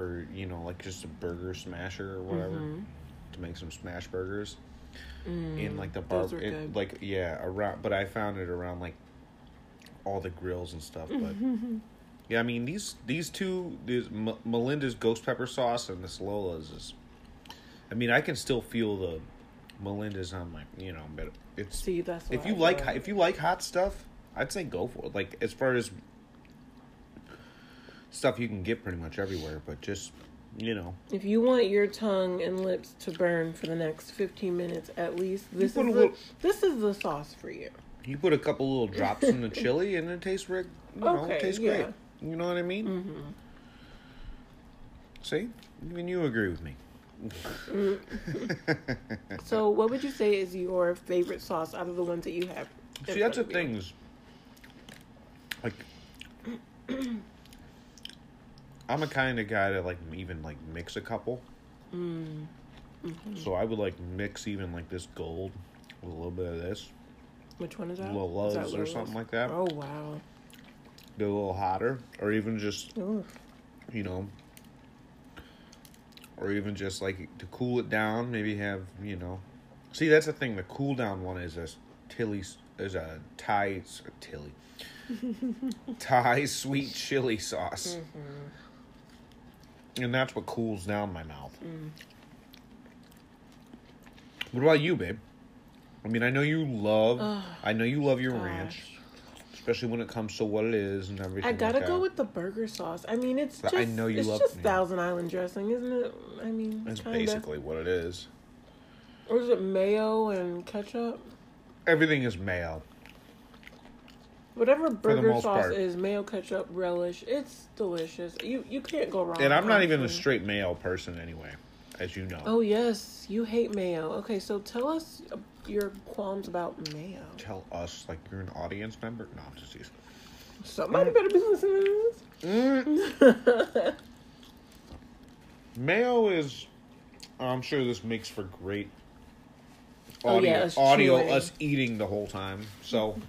Speaker 2: or you know, like just a burger smasher or whatever
Speaker 1: Mm-hmm.
Speaker 2: to make some smash burgers. in like the bar,
Speaker 1: Mm, those are
Speaker 2: it-
Speaker 1: good.
Speaker 2: like yeah, around. But I found it around like all the grills and stuff. But yeah, I mean these these two, these M- Melinda's ghost pepper sauce and this Lola's is. I mean, I can still feel the Melinda's on my, you know, but it's
Speaker 1: See, that's
Speaker 2: if
Speaker 1: what
Speaker 2: you
Speaker 1: I
Speaker 2: like
Speaker 1: love.
Speaker 2: hi- if you like hot stuff, I'd say go for it. Like as far as stuff you can get pretty much everywhere, but just you know,
Speaker 1: If you want your tongue and lips to burn for the next 15 minutes at least, this is
Speaker 2: put
Speaker 1: the,
Speaker 2: a little-
Speaker 1: this is the sauce for you.
Speaker 2: You put a couple little drops in the chili, and it tastes re- you know,
Speaker 1: Okay,
Speaker 2: it tastes
Speaker 1: yeah.
Speaker 2: great. You know what I mean? Mm-hmm. See, even you agree with me.
Speaker 1: Mm-hmm. So, what would you say is your favorite sauce out of the ones that you have? in
Speaker 2: See, that's the
Speaker 1: front of you?
Speaker 2: thing. Is, like, I'm a kind of guy to like even like mix a couple.
Speaker 1: Mm,
Speaker 2: So I would like mix even like this gold with a little bit of this,
Speaker 1: Which one is that?
Speaker 2: little loves
Speaker 1: Is that
Speaker 2: or
Speaker 1: Lola's?
Speaker 2: something like that.
Speaker 1: Oh, wow.
Speaker 2: Get a little hotter, or even just
Speaker 1: Ooh.
Speaker 2: you know, or even just like to cool it down. Maybe have you know, see that's the thing. The cool down one is a tilly is a Thai a tilly Thai sweet chili sauce, and that's what cools down my mouth. What about you, babe? I mean, I know you love, I know you love your ranch, especially when it comes to what it is and everything.
Speaker 1: I gotta
Speaker 2: like
Speaker 1: go
Speaker 2: that.
Speaker 1: with the burger sauce. I mean, it's
Speaker 2: But
Speaker 1: just,
Speaker 2: I know you
Speaker 1: it's
Speaker 2: love-
Speaker 1: just
Speaker 2: yeah.
Speaker 1: Thousand Island dressing, isn't it? I mean,
Speaker 2: That's
Speaker 1: kinda.
Speaker 2: basically what it is.
Speaker 1: Or is it mayo and ketchup?
Speaker 2: Everything is mayo.
Speaker 1: Whatever burger
Speaker 2: most
Speaker 1: sauce
Speaker 2: part.
Speaker 1: is, mayo, ketchup, relish, it's delicious. You you can't go wrong.
Speaker 2: And I'm not even a
Speaker 1: honestly.
Speaker 2: straight mayo person anyway, as you know.
Speaker 1: Oh yes, you hate mayo. Okay, so tell us uh, your qualms about mayo.
Speaker 2: Tell us, like, you're an audience member? No, I'm just teasing. Mm.
Speaker 1: Somebody better be listening to Mm.
Speaker 2: Mayo is, I'm sure this makes for great
Speaker 1: Oh,
Speaker 2: audio,
Speaker 1: yeah, us
Speaker 2: audio
Speaker 1: chewing.
Speaker 2: us eating the whole time. So,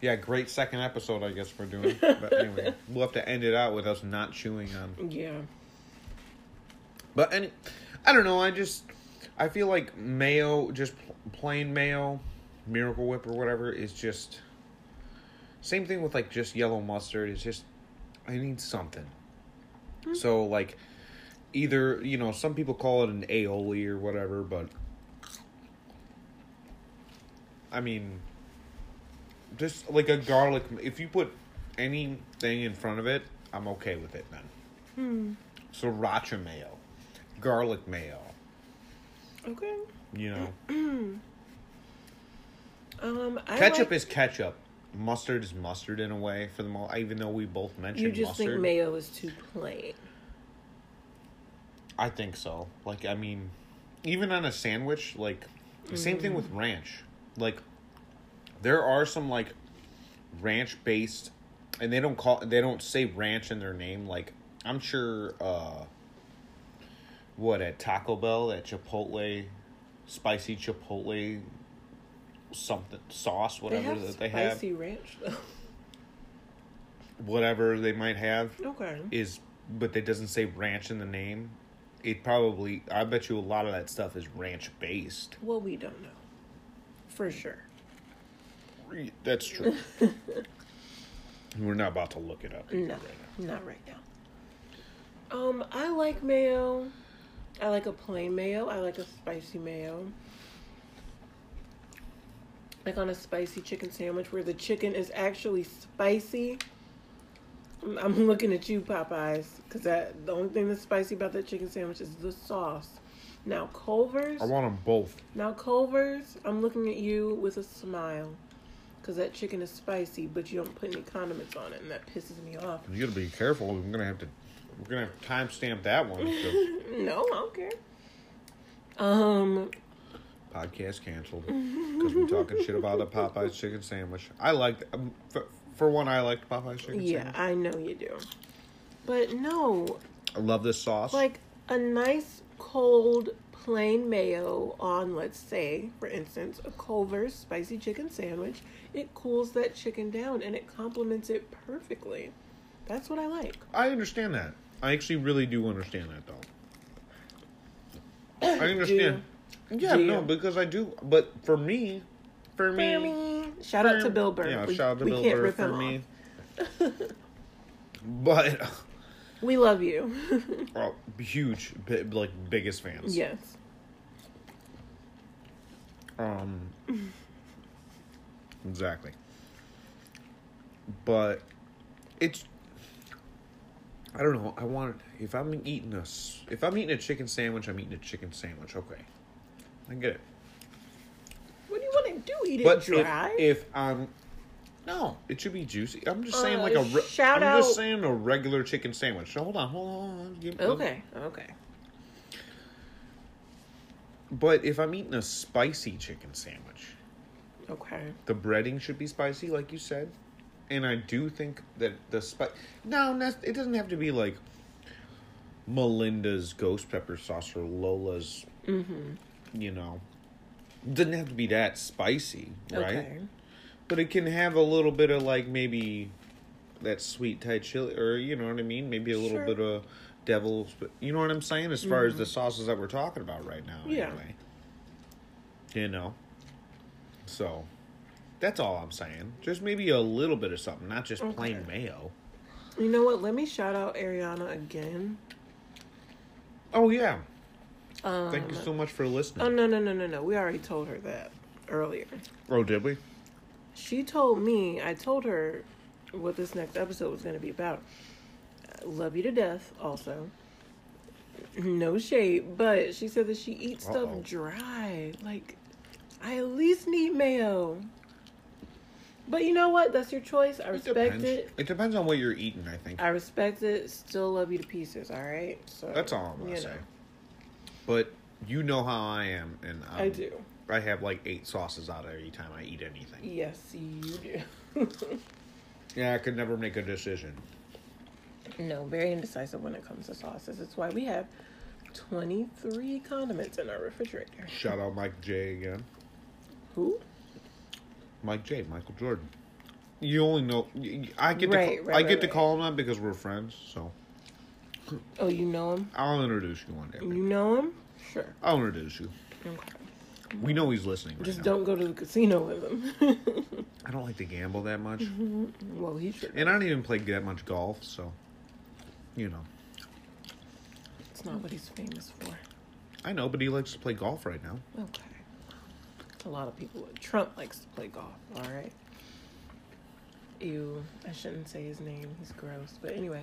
Speaker 2: yeah, great second episode, I guess, we're doing. But anyway, we'll have to end it out with us not chewing on
Speaker 1: this. Yeah.
Speaker 2: But any, I don't know. I just I feel like mayo, just pl- plain mayo, Miracle Whip or whatever, is just same thing with like just yellow mustard. It's just I need something. So like either you know some people call it an aioli or whatever, but I mean just like a garlic. If you put anything in front of it, I'm okay with it then sriracha mayo, garlic mayo.
Speaker 1: Okay.
Speaker 2: You know,
Speaker 1: Um, I Um,
Speaker 2: ketchup
Speaker 1: like-
Speaker 2: is ketchup. mustard is mustard in a way for the most. Even though we both mentioned
Speaker 1: You just
Speaker 2: mustard,
Speaker 1: think mayo is too plain.
Speaker 2: I think so. Like I mean, even on a sandwich, like the same thing
Speaker 1: Mm.
Speaker 2: with ranch. Like there are some like ranch based, and they don't call they don't say ranch in their name. Like I'm sure, uh what at Taco Bell at Chipotle, spicy Chipotle, something sauce
Speaker 1: They
Speaker 2: whatever
Speaker 1: have
Speaker 2: that they have,
Speaker 1: spicy ranch though.
Speaker 2: whatever they might have
Speaker 1: okay.
Speaker 2: is but it doesn't say ranch in the name it probably i bet you a lot of that stuff is ranch based
Speaker 1: Well, we don't know. For sure.
Speaker 2: that's true we're not about to look it up
Speaker 1: No, not right now. Um, I like mayo. I like a plain mayo. I like a spicy mayo. Like on a spicy chicken sandwich where the chicken is actually spicy. I'm- I'm looking at you, Popeyes, because that the only thing that's spicy about that chicken sandwich is the sauce. Now Culver's.
Speaker 2: i want them both
Speaker 1: Now, Culver's, I'm looking at you with a smile because that chicken is spicy, but you don't put any condiments on it, and that pisses me off.
Speaker 2: you gotta be careful i'm gonna have to we're gonna have to timestamp that one 'cause
Speaker 1: No, I don't care. Um,
Speaker 2: podcast canceled because we're talking shit about the popeyes chicken sandwich i liked um, for, for one i liked popeyes chicken
Speaker 1: yeah,
Speaker 2: sandwich
Speaker 1: I know you do. But no,
Speaker 2: i love this sauce
Speaker 1: like a nice cold plain mayo on, let's say, for instance, a Culver's spicy chicken sandwich, it cools that chicken down and it complements it perfectly. That's what I like.
Speaker 2: I understand that. I actually really do understand that, though. I understand. Yeah,
Speaker 1: Do you?
Speaker 2: no, because I do. But for me, for me,
Speaker 1: Shout out to Bill Burr.
Speaker 2: Yeah,
Speaker 1: we,
Speaker 2: shout out to
Speaker 1: we
Speaker 2: Bill
Speaker 1: can't
Speaker 2: Burr
Speaker 1: rip
Speaker 2: for
Speaker 1: him
Speaker 2: me.
Speaker 1: off.
Speaker 2: but
Speaker 1: We love you.
Speaker 2: oh, huge, bi- like biggest fans.
Speaker 1: yes.
Speaker 2: Um. exactly. But it's. I don't know. I want if I'm eating a s- if I'm eating a chicken sandwich, I'm eating a chicken sandwich. Okay, I get it.
Speaker 1: What do you want to do? Eat
Speaker 2: But
Speaker 1: it dry?
Speaker 2: if, if I'm no, it should be juicy. I'm just saying
Speaker 1: Uh,
Speaker 2: like a re-
Speaker 1: shout
Speaker 2: I'm
Speaker 1: out-
Speaker 2: just saying a regular chicken sandwich. So hold on, hold on. hold on. Give-
Speaker 1: okay. Okay.
Speaker 2: But if I'm eating a spicy chicken sandwich,
Speaker 1: Okay.
Speaker 2: the breading should be spicy, like you said. And I do think that the spice. No, not- it doesn't have to be like Melinda's ghost pepper sauce or Lola's. You know, it doesn't have to be that spicy, right?
Speaker 1: Okay.
Speaker 2: But it can have a little bit of like maybe that sweet Thai chili, or you know what I mean? Maybe a little
Speaker 1: Sure. Mm-hmm.
Speaker 2: bit of devil's. But you know what I'm saying? As far as the sauces that we're talking about right now,
Speaker 1: Yeah.
Speaker 2: anyway. You know. So, that's all I'm saying. Just maybe a little bit of something, not just plain
Speaker 1: Okay.
Speaker 2: mayo.
Speaker 1: You know what? Let me shout out Ariana again.
Speaker 2: Oh yeah.
Speaker 1: Um,
Speaker 2: Thank you so much for
Speaker 1: Oh
Speaker 2: listening.
Speaker 1: no no no no no! We already told her that earlier.
Speaker 2: oh, did we?
Speaker 1: She told me. I told her what this next episode was going to be about. Uh, Love you to death. Also. No shade, but she said that she eats
Speaker 2: Uh-oh.
Speaker 1: stuff dry. Like, I at least need mayo. But you know what? That's your choice. I
Speaker 2: It
Speaker 1: respect
Speaker 2: depends.
Speaker 1: it.
Speaker 2: It depends on what you're eating. I think.
Speaker 1: I respect it. Still love you to pieces. All right. So
Speaker 2: That's all I'm gonna
Speaker 1: you
Speaker 2: say.
Speaker 1: know,
Speaker 2: But you know how I am, and i
Speaker 1: I do.
Speaker 2: I have like eight sauces out every time I eat anything.
Speaker 1: Yes, you do.
Speaker 2: Yeah, I could never make a decision.
Speaker 1: no, very indecisive when it comes to sauces. That's why we have twenty three condiments in our refrigerator.
Speaker 2: Shout out Mike J again.
Speaker 1: Who?
Speaker 2: Mike J, Michael Jordan. You only know I get
Speaker 1: Right,
Speaker 2: to
Speaker 1: right,
Speaker 2: I
Speaker 1: right,
Speaker 2: get to
Speaker 1: right.
Speaker 2: call him that because we're friends. So
Speaker 1: Oh, you know him.
Speaker 2: I'll introduce you one day.
Speaker 1: You know him. Sure.
Speaker 2: I'll introduce you.
Speaker 1: Okay.
Speaker 2: We know he's listening. Right
Speaker 1: Just
Speaker 2: now.
Speaker 1: don't go to the casino with him.
Speaker 2: I don't like to gamble that much,
Speaker 1: Mm-hmm.
Speaker 2: and
Speaker 1: well, he should.
Speaker 2: I don't even play that much golf. So, you know,
Speaker 1: It's not what he's famous for.
Speaker 2: I know, but he likes to play golf right now.
Speaker 1: Okay. A lot of people. Trump likes to play golf. All right. Ew. I shouldn't say his name. He's gross. But anyway.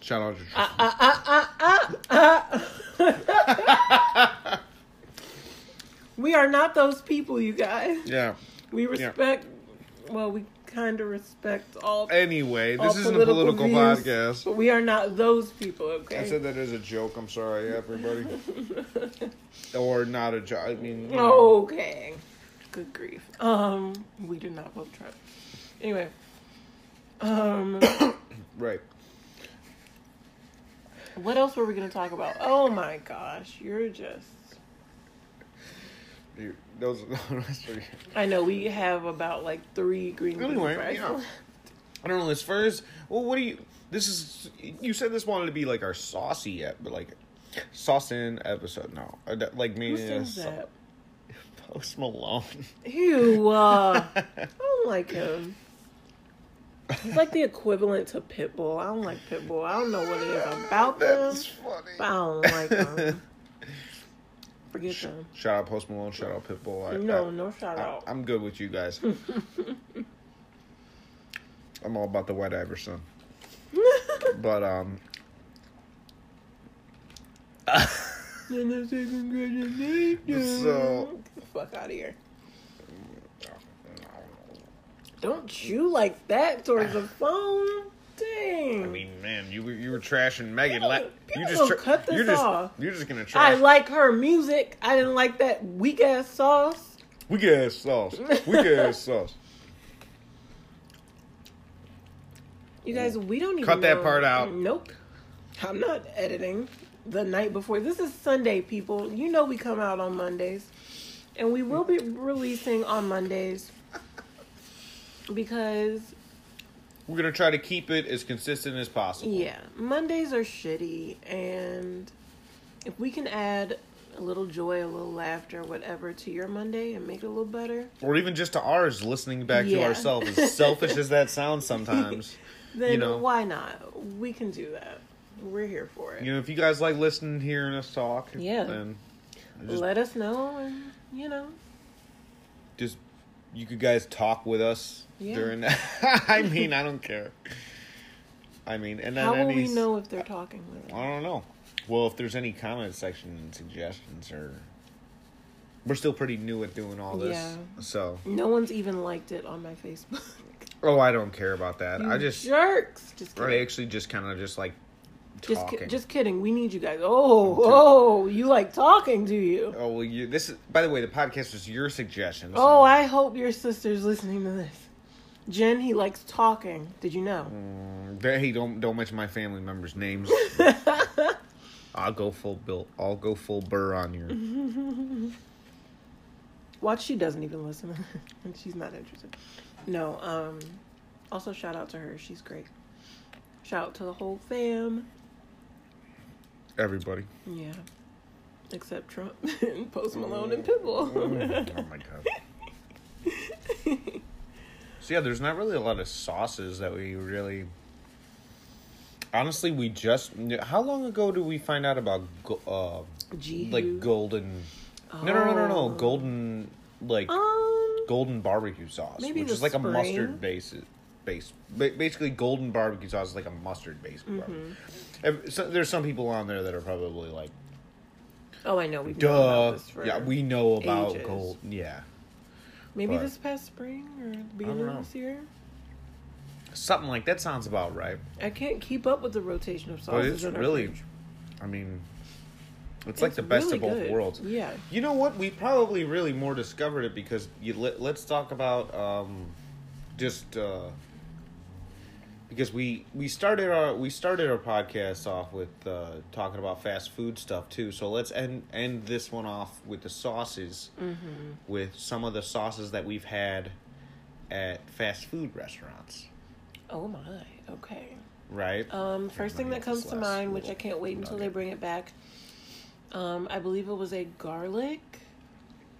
Speaker 2: Shout out to
Speaker 1: Ah. We are not those people, you guys.
Speaker 2: yeah.
Speaker 1: We respect Well, we kind of respect all.
Speaker 2: Anyway,
Speaker 1: all
Speaker 2: this isn't a political
Speaker 1: views,
Speaker 2: podcast.
Speaker 1: But we are not those people, okay?
Speaker 2: I said that as a joke. I'm sorry, everybody. or not a joke. I mean, you know.
Speaker 1: Okay. Good grief. Um, we did not vote Trump. Anyway. Um,
Speaker 2: right.
Speaker 1: what else were we gonna talk about? Oh my gosh, you're just.
Speaker 2: You- Those. I
Speaker 1: I know we have about like three green bean
Speaker 2: Anyway,
Speaker 1: fries.
Speaker 2: yeah. don't know. As far as well, what do you? This is. You said this wanted to be like our saucy ep, but like sauce in episode. No, Uh, that- like me.
Speaker 1: Who sings that?
Speaker 2: Post Malone.
Speaker 1: Ew. Uh, I don't like him. He's like the equivalent to Pitbull. I don't like Pitbull. I don't know what it is about them,
Speaker 2: That's funny.
Speaker 1: but I don't like them. Forget them.
Speaker 2: Shout out Post Malone. Shout out Pitbull. I,
Speaker 1: No,
Speaker 2: I-
Speaker 1: no shout
Speaker 2: I,
Speaker 1: out.
Speaker 2: I'm good with you guys. I'm all about the White Iverson. But um,
Speaker 1: And I say congratulations.
Speaker 2: So-
Speaker 1: Get the fuck out of here. Don't chew like that towards the phone. Dang.
Speaker 2: I mean, man, you were you were trashing Megan.
Speaker 1: People-
Speaker 2: La-
Speaker 1: people
Speaker 2: you
Speaker 1: gonna
Speaker 2: just tra-
Speaker 1: cut this
Speaker 2: you're just
Speaker 1: off.
Speaker 2: you're just gonna trash.
Speaker 1: I like her music. I didn't like that weak ass sauce.
Speaker 2: Weak ass sauce. Weak ass sauce.
Speaker 1: You guys, we don't even
Speaker 2: Cut that
Speaker 1: know-
Speaker 2: part out.
Speaker 1: Nope. I'm not editing the night before. This is Sunday, people. You know we come out on Mondays, and we will be releasing on Mondays because
Speaker 2: We're gonna try to keep it as consistent as possible.
Speaker 1: yeah, Mondays are shitty, and if we can add a little joy, a little laughter, whatever, to your Monday and make it a little better,
Speaker 2: Or even just to ours, listening back to
Speaker 1: Yeah.
Speaker 2: ourselves, as selfish as that sounds sometimes.
Speaker 1: then
Speaker 2: You know.
Speaker 1: why not? We can do that. We're here for it.
Speaker 2: You know, if you guys like listening, hearing us talk,
Speaker 1: Yeah.
Speaker 2: then just,
Speaker 1: Let us know, and you know.
Speaker 2: just you could guys talk with us
Speaker 1: Yeah.
Speaker 2: during. That. I mean, I don't care. I mean, and then
Speaker 1: How will
Speaker 2: any,
Speaker 1: we know if they're talking with
Speaker 2: I
Speaker 1: us?
Speaker 2: don't know. Well, if there's any comment section and suggestions, or we're still pretty new at doing all this,
Speaker 1: Yeah.
Speaker 2: so
Speaker 1: No one's even liked it on my Facebook.
Speaker 2: oh, I don't care about that. I
Speaker 1: You
Speaker 2: just,
Speaker 1: jerks. Just
Speaker 2: I
Speaker 1: kidding.
Speaker 2: actually just kind of just like
Speaker 1: Just, ki-
Speaker 2: talking.
Speaker 1: just kidding. We need you guys. Oh, oh, you like talking, do you?
Speaker 2: oh well, you. This is by the way, the podcast was your suggestion. so-
Speaker 1: Oh, I hope your sister's listening to this. Jen, he likes talking. Did you know?
Speaker 2: Mm, Hey, don't don't mention my family members' names. I'll go full bill. I'll go full burr on
Speaker 1: Mm-hmm.
Speaker 2: you.
Speaker 1: Watch, she doesn't even listen, and she's not interested. No. Um. Also, shout out to her. She's great. Shout out to the whole fam.
Speaker 2: Everybody.
Speaker 1: Yeah. Except Trump and Post Malone and Pitbull.
Speaker 2: Oh my god. So yeah, there's not really a lot of sauces that we really. Honestly, we just. How long ago did we find out about go- uh,
Speaker 1: G.
Speaker 2: like golden? No, no, no, no, no. Golden like
Speaker 1: Oh. Um,
Speaker 2: golden barbecue sauce,
Speaker 1: Maybe
Speaker 2: which
Speaker 1: the
Speaker 2: is like a
Speaker 1: spring.
Speaker 2: mustard base. Base ba- basically golden barbecue sauce is like a mustard base. barbecue.
Speaker 1: Mm-hmm.
Speaker 2: And So, there's some people on there that are probably like,
Speaker 1: oh, I know. We've known about
Speaker 2: duh,
Speaker 1: this for
Speaker 2: yeah, we know about
Speaker 1: ages.
Speaker 2: gold. Yeah,
Speaker 1: maybe
Speaker 2: but-
Speaker 1: this past spring or the
Speaker 2: don't
Speaker 1: beginning
Speaker 2: know.
Speaker 1: of this year.
Speaker 2: something like that sounds about right.
Speaker 1: I can't keep up with the rotation of
Speaker 2: But
Speaker 1: sauces.
Speaker 2: it's
Speaker 1: in our
Speaker 2: really,
Speaker 1: fridge.
Speaker 2: I mean, it's, like the best
Speaker 1: really
Speaker 2: of both
Speaker 1: good.
Speaker 2: worlds.
Speaker 1: Yeah.
Speaker 2: You know what? We probably really more discovered it because you let, let's talk about um, just uh, because we we started our we started our podcast off with uh, talking about fast food stuff too. So let's end end this one off with the sauces,
Speaker 1: Mm-hmm.
Speaker 2: with some of the sauces that we've had at fast food restaurants.
Speaker 1: Oh my. Okay.
Speaker 2: Right.
Speaker 1: Um, first thing that
Speaker 2: remember
Speaker 1: comes
Speaker 2: this
Speaker 1: to
Speaker 2: last
Speaker 1: mind, which I
Speaker 2: little
Speaker 1: can't wait until they
Speaker 2: nugget.
Speaker 1: bring it back. Um, I believe it was a garlic,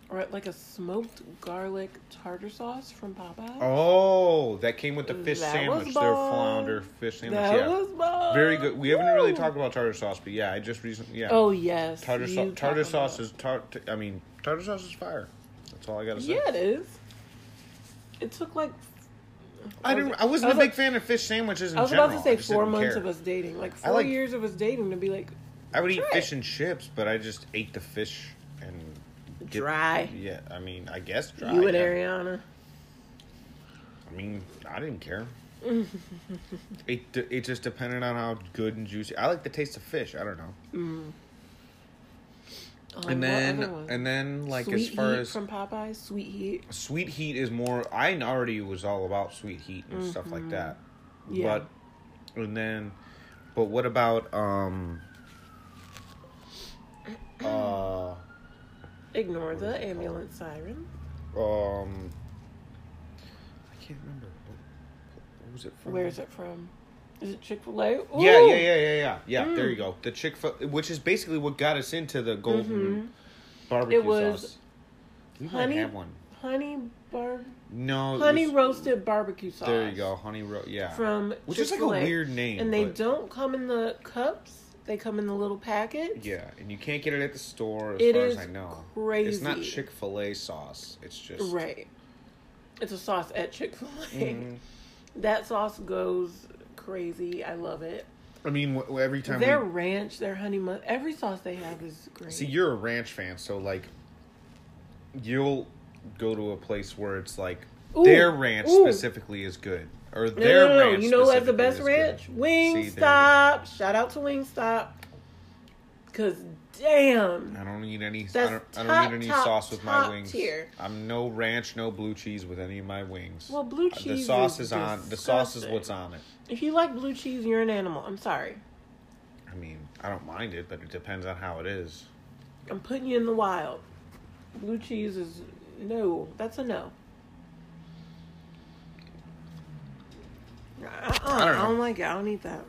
Speaker 1: or like a smoked garlic tartar sauce from Popeye.
Speaker 2: Oh, that came with the fish
Speaker 1: That
Speaker 2: sandwich.
Speaker 1: was
Speaker 2: Their
Speaker 1: bomb.
Speaker 2: flounder fish sandwich.
Speaker 1: that
Speaker 2: yeah.
Speaker 1: was bomb.
Speaker 2: Very good. We haven't really
Speaker 1: Woo!
Speaker 2: talked about tartar sauce, but yeah, I just recently yeah.
Speaker 1: Oh yes,
Speaker 2: tartar
Speaker 1: you
Speaker 2: sauce.
Speaker 1: talk
Speaker 2: Tartar
Speaker 1: about
Speaker 2: sauce
Speaker 1: it.
Speaker 2: is tar- t- I mean, tartar sauce is fire. That's all I gotta say.
Speaker 1: Yeah, it is. It took like
Speaker 2: I didn't.
Speaker 1: I
Speaker 2: I wasn't
Speaker 1: was
Speaker 2: a big
Speaker 1: like-
Speaker 2: fan of fish sandwiches. In
Speaker 1: I was
Speaker 2: general.
Speaker 1: about to say
Speaker 2: just
Speaker 1: four
Speaker 2: didn't
Speaker 1: months
Speaker 2: care.
Speaker 1: of us dating, like
Speaker 2: I
Speaker 1: four
Speaker 2: like-
Speaker 1: years of us dating, to be like
Speaker 2: I would eat
Speaker 1: Try
Speaker 2: fish
Speaker 1: it.
Speaker 2: and chips, but I just ate the fish and get-
Speaker 1: dry.
Speaker 2: Yeah, I mean, I guess dry.
Speaker 1: You and Oh,
Speaker 2: yeah.
Speaker 1: Ariana.
Speaker 2: I mean, I didn't care. it d- it just depended on how good and juicy. I like the taste of fish. I don't know.
Speaker 1: Um,
Speaker 2: And
Speaker 1: what
Speaker 2: then
Speaker 1: other one?
Speaker 2: and then like
Speaker 1: Sweet
Speaker 2: as far
Speaker 1: heat
Speaker 2: as
Speaker 1: from Popeye, sweet heat.
Speaker 2: sweet heat is more. I already was all about sweet heat and stuff like that.
Speaker 1: Mm-hmm. Yeah.
Speaker 2: But and then, but what about um. Uh,
Speaker 1: Ignore the ambulance siren.
Speaker 2: um, I can't remember. What, what was it from?
Speaker 1: Where is it from? Is it Chick Fil A?
Speaker 2: Yeah, yeah, yeah, yeah, yeah. Yeah, there you
Speaker 1: Mm.
Speaker 2: go. The Chick fil which is basically what got us into the golden barbecue
Speaker 1: Mm-hmm. It was
Speaker 2: sauce. We
Speaker 1: honey-
Speaker 2: might have one.
Speaker 1: Honey bar,
Speaker 2: No, it
Speaker 1: honey
Speaker 2: was-
Speaker 1: roasted barbecue sauce.
Speaker 2: Oh, There you go, honey roll. Yeah,
Speaker 1: From
Speaker 2: which is like a
Speaker 1: Chick-fil-A.
Speaker 2: weird name,
Speaker 1: and they
Speaker 2: but-
Speaker 1: don't come in the cups. They come in the little packets.
Speaker 2: yeah, and you can't get it at the store. As
Speaker 1: It
Speaker 2: far
Speaker 1: is
Speaker 2: as I know, It's not
Speaker 1: crazy.
Speaker 2: Chick fil A sauce. It's just
Speaker 1: Right. It's a sauce at Chick Fil A.
Speaker 2: Mhm.
Speaker 1: That sauce goes crazy. I love it.
Speaker 2: I mean, wh- wh- every time
Speaker 1: Their
Speaker 2: we
Speaker 1: ranch, their honey mustard, every sauce they have is great.
Speaker 2: See, you're a ranch fan, so like, you'll go to a place where it's like
Speaker 1: Ooh,
Speaker 2: their ranch
Speaker 1: ooh.
Speaker 2: specifically is good, or
Speaker 1: no, no,
Speaker 2: their
Speaker 1: no, no.
Speaker 2: ranch.
Speaker 1: You know who has the
Speaker 2: specifically
Speaker 1: best
Speaker 2: is
Speaker 1: ranch?
Speaker 2: good. See, there
Speaker 1: Wingstop. Shout out to Wingstop. Cause damn,
Speaker 2: you go. I don't need any.
Speaker 1: That's
Speaker 2: I don't, I
Speaker 1: top,
Speaker 2: don't need any
Speaker 1: top,
Speaker 2: sauce with my
Speaker 1: top
Speaker 2: wings.
Speaker 1: tier.
Speaker 2: I'm no ranch, no blue cheese with any of my wings.
Speaker 1: Well, blue
Speaker 2: Uh,
Speaker 1: cheese
Speaker 2: The sauce
Speaker 1: is
Speaker 2: is, on. The sauce is
Speaker 1: disgusting.
Speaker 2: what's on it.
Speaker 1: if you like blue cheese, you're an animal. I'm sorry.
Speaker 2: I mean, I don't mind it, but it depends on how it is.
Speaker 1: I'm putting you in the wild. Blue cheese is no. That's a no. Uh-uh, I,
Speaker 2: don't
Speaker 1: don't
Speaker 2: know.
Speaker 1: like it. I don't eat that.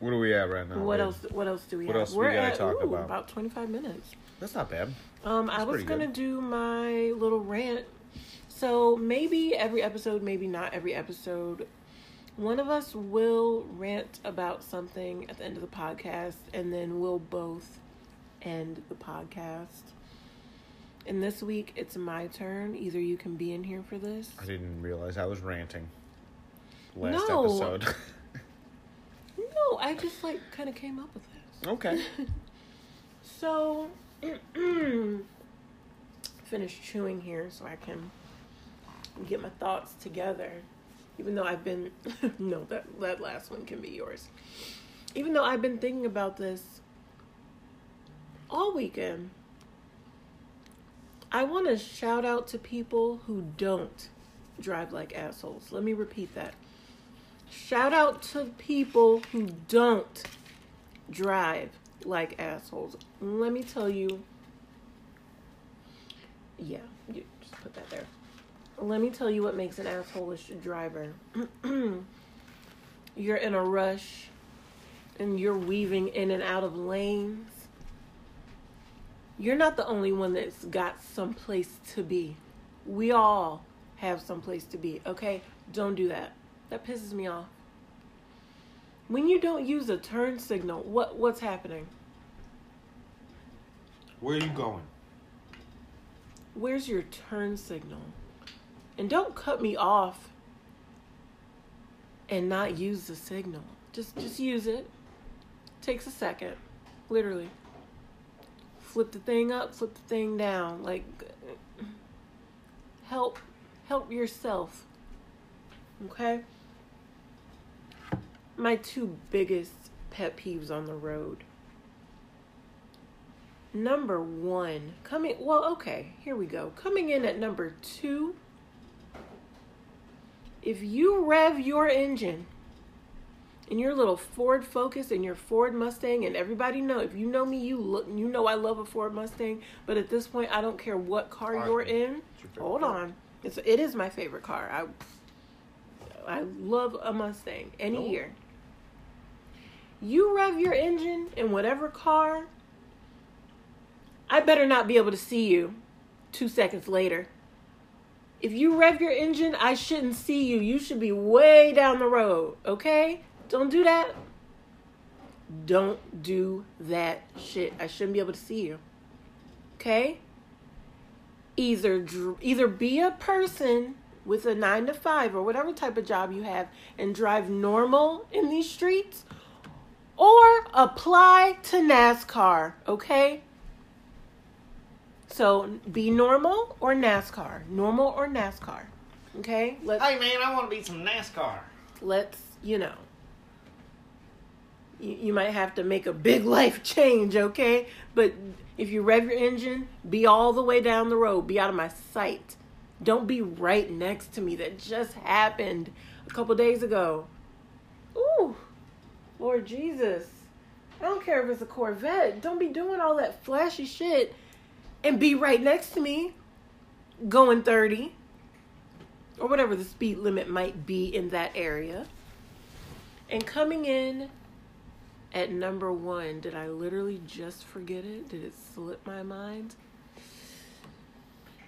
Speaker 2: What are we at right now?
Speaker 1: what
Speaker 2: babe?
Speaker 1: else? What else do we
Speaker 2: What
Speaker 1: have?
Speaker 2: else we gotta talk about?
Speaker 1: about 25 minutes.
Speaker 2: That's not bad.
Speaker 1: Um, I was
Speaker 2: pretty good.
Speaker 1: gonna do my little rant. So maybe every episode, maybe not every episode, one of us will rant about something at the end of the podcast, and then we'll both end the podcast. And this week, it's my turn. Either you can be in here for this.
Speaker 2: I didn't realize I was ranting. Last
Speaker 1: No.
Speaker 2: episode.
Speaker 1: No, I just like kind of came up with this.
Speaker 2: okay.
Speaker 1: So, finish chewing here so I can get my thoughts together. Even though I've been, no, that, that last one can be yours. Even though I've been thinking about this all weekend, I want to shout out to people who don't drive like assholes. Let me repeat that. Shout out to people who don't drive like assholes. Let me tell you. Yeah, you just put that there. Let me tell you what makes an assholeish driver. you're in a rush and you're weaving in and out of lanes. You're not the only one that's got someplace to be. We all have someplace to be, okay? Don't do that. That pisses me off when you don't use a turn signal what what's happening
Speaker 2: Where are you going?
Speaker 1: where's your turn signal and don't cut me off and not use the signal just just use it takes a second literally flip the thing up flip the thing down like help help yourself okay my two biggest pet peeves on the road number one coming well okay here we go coming in at number two if you rev your engine in your little ford focus and your ford mustang and everybody know if you know me you look you know i love a ford mustang but at this point i don't care what car
Speaker 2: Alright.
Speaker 1: you're in
Speaker 2: It's your favorite
Speaker 1: hold
Speaker 2: car.
Speaker 1: on it's it is my favorite car i i love a mustang any
Speaker 2: Nope.
Speaker 1: year you rev your engine in whatever car I better not be able to see you two seconds later. If you rev your engine, I shouldn't see you. You should be way down the road, okay? Don't do that. Don't do that shit. I shouldn't be able to see you. Okay? Either dr- either be a person with a 9 to 5 or whatever type of job you have and drive normal in these streets or apply to NASCAR, okay? So be normal or NASCAR. Normal or NASCAR. Okay, let's
Speaker 3: Hey man, I want to be some NASCAR.
Speaker 1: let's you know. You, you might have to make a big life change, okay? But if you rev your engine, be all the way down the road. Be out of my sight. Don't be right next to me. That just happened a couple days ago. Ooh, Lord Jesus. I don't care if it's a Corvette. Don't be doing all that flashy shit and be right next to me going 30 or whatever the speed limit might be in that area. And coming in at number one, did I literally just forget it? Did it slip my mind?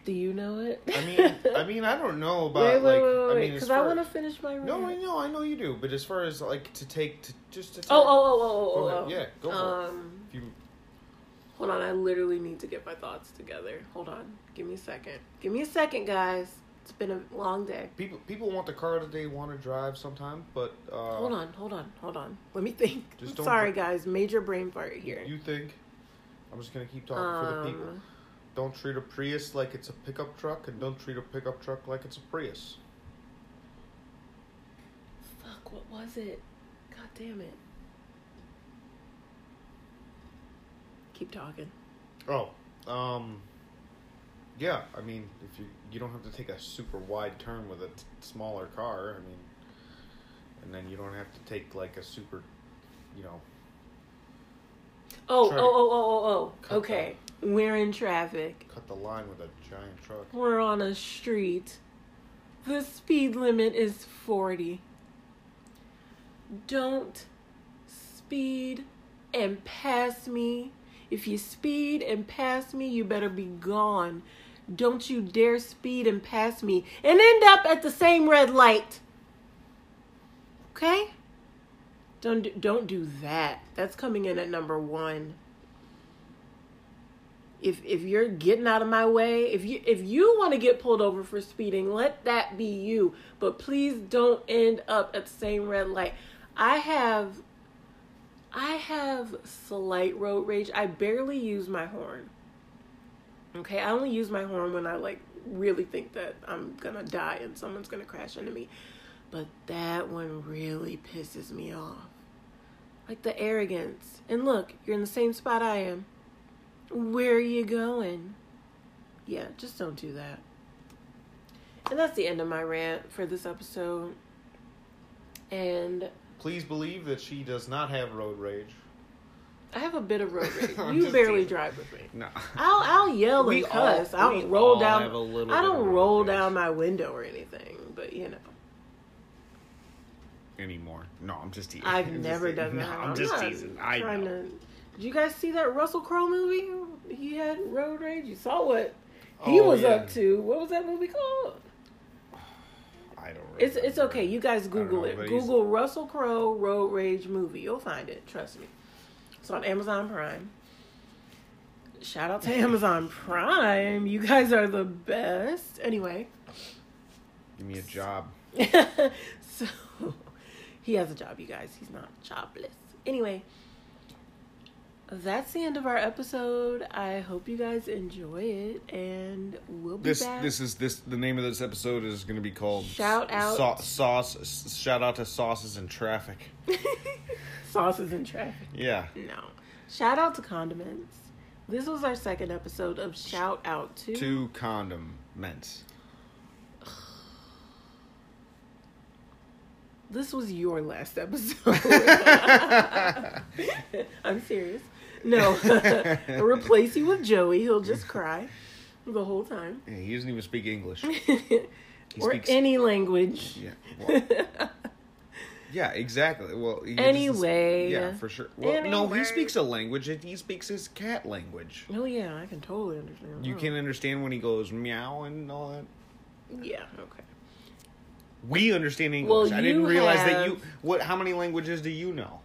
Speaker 1: Do you know it?
Speaker 2: I mean, I mean, I don't know
Speaker 1: wait,
Speaker 2: about
Speaker 1: wait,
Speaker 2: like.
Speaker 1: wait,
Speaker 2: I
Speaker 1: wait,
Speaker 2: mean, as
Speaker 1: because I,
Speaker 2: far-
Speaker 1: want to finish my rant.
Speaker 2: No, I know, I know you do, but as far as like to take to just to. Take,
Speaker 1: Oh, oh, oh, oh,
Speaker 2: Go
Speaker 1: oh,
Speaker 2: ahead.
Speaker 1: oh.
Speaker 2: Yeah, go for it.
Speaker 1: um,
Speaker 2: If you-
Speaker 1: Hold on, I literally need to get my thoughts together. Hold on, give me a second. Give me a second, guys. It's been a long day.
Speaker 2: people people want the car that they want to drive sometime, but uh,
Speaker 1: Hold on, hold on, hold on. Let me think.
Speaker 2: Just
Speaker 1: I'm
Speaker 2: don't
Speaker 1: sorry,
Speaker 2: put-
Speaker 1: guys. Major brain fart here.
Speaker 2: You think? I'm just gonna keep talking for the people.
Speaker 1: um,
Speaker 2: Don't treat a Prius like it's a pickup truck, and don't treat a pickup truck like it's a Prius.
Speaker 1: fuck, what was it? God damn it. Keep talking.
Speaker 2: Oh, um, yeah. I mean, if you you don't have to take a super wide turn with a t- smaller car. I mean, and then you don't have to take like a super, you know.
Speaker 1: Oh, oh,
Speaker 2: Traffic.
Speaker 1: oh, oh, oh, oh.
Speaker 2: Cut
Speaker 1: Okay, we're in traffic.
Speaker 2: Cut the line with a giant truck.
Speaker 1: We're on a street. The speed limit is 40. Don't speed and pass me. If you speed and pass me, you better be gone. Don't you dare speed and pass me and end up at the same red light. Okay? Don't do, don't do that. That's coming in at number 1 if if you're getting out of my way, if you if you want to get pulled over for speeding, let that be you. But please don't end up at the same red light. I have I have slight road rage. I barely use my horn. Okay, I only use my horn when I like really think that I'm gonna die and someone's gonna crash into me. But that one really pisses me off. Like the arrogance. And look, you're in the same spot I am. Where are you going? Yeah, just don't do that. And that's the end of my rant for this episode. And
Speaker 2: Please believe that she does not have road rage.
Speaker 1: I have a bit of road rage.
Speaker 2: I'm
Speaker 1: You
Speaker 2: just
Speaker 1: barely
Speaker 2: teasing.
Speaker 1: drive with me.
Speaker 2: No.
Speaker 1: I'll I'll yell
Speaker 2: We
Speaker 1: and
Speaker 2: all-
Speaker 1: cuss. I
Speaker 2: we
Speaker 1: don't roll
Speaker 2: all
Speaker 1: down.
Speaker 2: have a little
Speaker 1: I
Speaker 2: bit
Speaker 1: don't
Speaker 2: of
Speaker 1: roll
Speaker 2: road rage.
Speaker 1: down my window or anything. But you know,
Speaker 2: Anymore. No, I'm just teasing.
Speaker 1: I've
Speaker 2: I'm just
Speaker 1: never
Speaker 2: teasing.
Speaker 1: done
Speaker 2: No,
Speaker 1: that.
Speaker 2: I'm just
Speaker 1: not
Speaker 2: teasing. I
Speaker 1: trying
Speaker 2: know.
Speaker 1: to- Did you guys see that Russell Crowe movie? He had road rage. You saw what he
Speaker 2: Oh,
Speaker 1: was
Speaker 2: yeah.
Speaker 1: up to. What was that movie called?
Speaker 2: I don't. Remember.
Speaker 1: It's it's okay. You guys
Speaker 2: don't
Speaker 1: Google
Speaker 2: know,
Speaker 1: it.
Speaker 2: but he's-
Speaker 1: Google Russell Crowe road rage movie. You'll find it. Trust me. It's on Amazon Prime. Shout out to Amazon Prime. You guys are the best. Anyway,
Speaker 2: Give me a job.
Speaker 1: so he has a job, you guys. He's not jobless. Anyway, that's the end of our episode. I hope you guys enjoy it, and we'll be
Speaker 2: This
Speaker 1: back.
Speaker 2: this is this the name of this episode is going to be called
Speaker 1: Shout
Speaker 2: S-
Speaker 1: out.
Speaker 2: Sau- sauce S- shout out to sauces and traffic.
Speaker 1: Sauces and traffic.
Speaker 2: Yeah.
Speaker 1: No. Shout out to condiments. This was our second episode of Shout Out to.
Speaker 2: Two condom mints.
Speaker 1: This was your last episode. I'm serious. No. Replace you with Joey. He'll just cry the whole time.
Speaker 2: Yeah, he doesn't even speak English. He
Speaker 1: or
Speaker 2: speaks
Speaker 1: any language.
Speaker 2: Yeah. well, yeah, exactly. Well, he just-
Speaker 1: Anyway.
Speaker 2: Yeah, for sure. Well, no,
Speaker 1: Anyway.
Speaker 2: he speaks a language. and He speaks his cat language.
Speaker 1: oh, yeah, I can totally understand.
Speaker 2: You
Speaker 1: that.
Speaker 2: can understand when he goes meow and all that.
Speaker 1: Yeah, okay.
Speaker 2: We understand
Speaker 1: Well,
Speaker 2: English. I
Speaker 1: you
Speaker 2: didn't realize that
Speaker 1: have-
Speaker 2: you what how many languages do you know?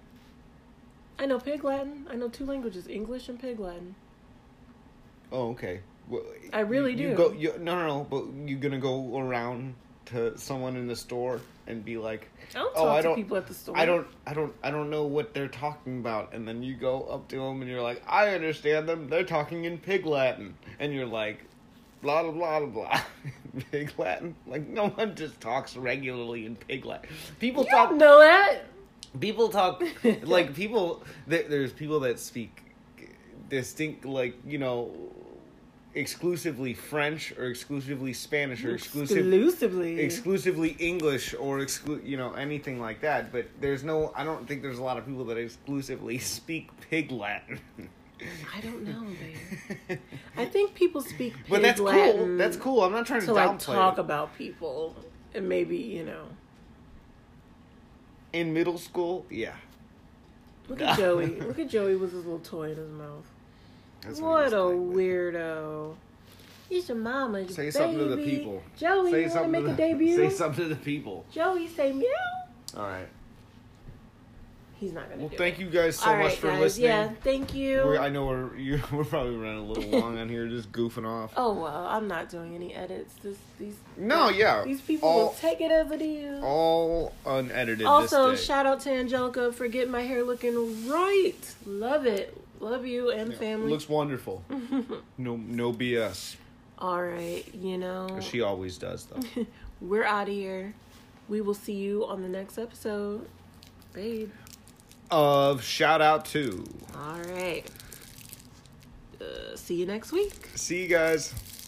Speaker 1: I know pig Latin. I know two languages English and pig Latin.
Speaker 2: Oh, okay. Well,
Speaker 1: I really
Speaker 2: you-
Speaker 1: do.
Speaker 2: You go, you, no, no, no. But you're gonna go around to someone in the store and be like,
Speaker 1: I don't
Speaker 2: "Oh,
Speaker 1: talk
Speaker 2: I
Speaker 1: to
Speaker 2: don't,
Speaker 1: people at the store.
Speaker 2: I don't, I don't, I don't know what they're talking about." And then you go up to them and you're like, "I understand them. They're talking in pig Latin," and you're like, blah blah blah blah. pig Latin. Like no one just talks regularly in pig Latin. People
Speaker 1: I
Speaker 2: talk
Speaker 1: don't know that.
Speaker 2: people talk like people th- there's people that speak distinct like you know exclusively french or exclusively spanish or exclusive,
Speaker 1: Exclusively.
Speaker 2: exclusively english or exclu- you know anything like that but there's no i don't think there's a lot of people that exclusively speak pig latin
Speaker 1: I don't know, babe. I think people speak pig
Speaker 2: but that's cool
Speaker 1: Latin
Speaker 2: that's cool i'm not trying to,
Speaker 1: to
Speaker 2: downplay
Speaker 1: like talk
Speaker 2: it.
Speaker 1: about people and maybe you know.
Speaker 2: in middle school yeah
Speaker 1: Look at Joey. Look at Joey with his little toy in his mouth.
Speaker 2: that's he was
Speaker 1: What a
Speaker 2: playing with.
Speaker 1: weirdo. It's your mama. Your
Speaker 2: say something to the
Speaker 1: baby.
Speaker 2: people
Speaker 1: Joey,
Speaker 2: say
Speaker 1: you want to
Speaker 2: something
Speaker 1: make
Speaker 2: to
Speaker 1: a
Speaker 2: the-
Speaker 1: debut?
Speaker 2: say something to the people
Speaker 1: Joey, say meow.
Speaker 2: all right
Speaker 1: He's not gonna.
Speaker 2: Well,
Speaker 1: do
Speaker 2: thank
Speaker 1: it.
Speaker 2: you guys so
Speaker 1: All right,
Speaker 2: much for
Speaker 1: guys.
Speaker 2: listening.
Speaker 1: Yeah, thank you.
Speaker 2: We're, I know we're you, we're probably running a little long on here, just goofing off.
Speaker 1: oh well, I'm not doing any edits. This, these
Speaker 2: No, yeah,
Speaker 1: these people
Speaker 2: all,
Speaker 1: will take it as it is.
Speaker 2: all unedited.
Speaker 1: also,
Speaker 2: this day.
Speaker 1: shout out to Angelica for getting my hair looking right. Love it. Love you and
Speaker 2: Yeah,
Speaker 1: family.
Speaker 2: looks wonderful. no, no BS.
Speaker 1: All right, you know
Speaker 2: 'cause She always does though.
Speaker 1: we're out of here. We will see you on the next episode, babe.
Speaker 2: of shout out to.
Speaker 1: All right. Uh, see you next week.
Speaker 2: See you guys.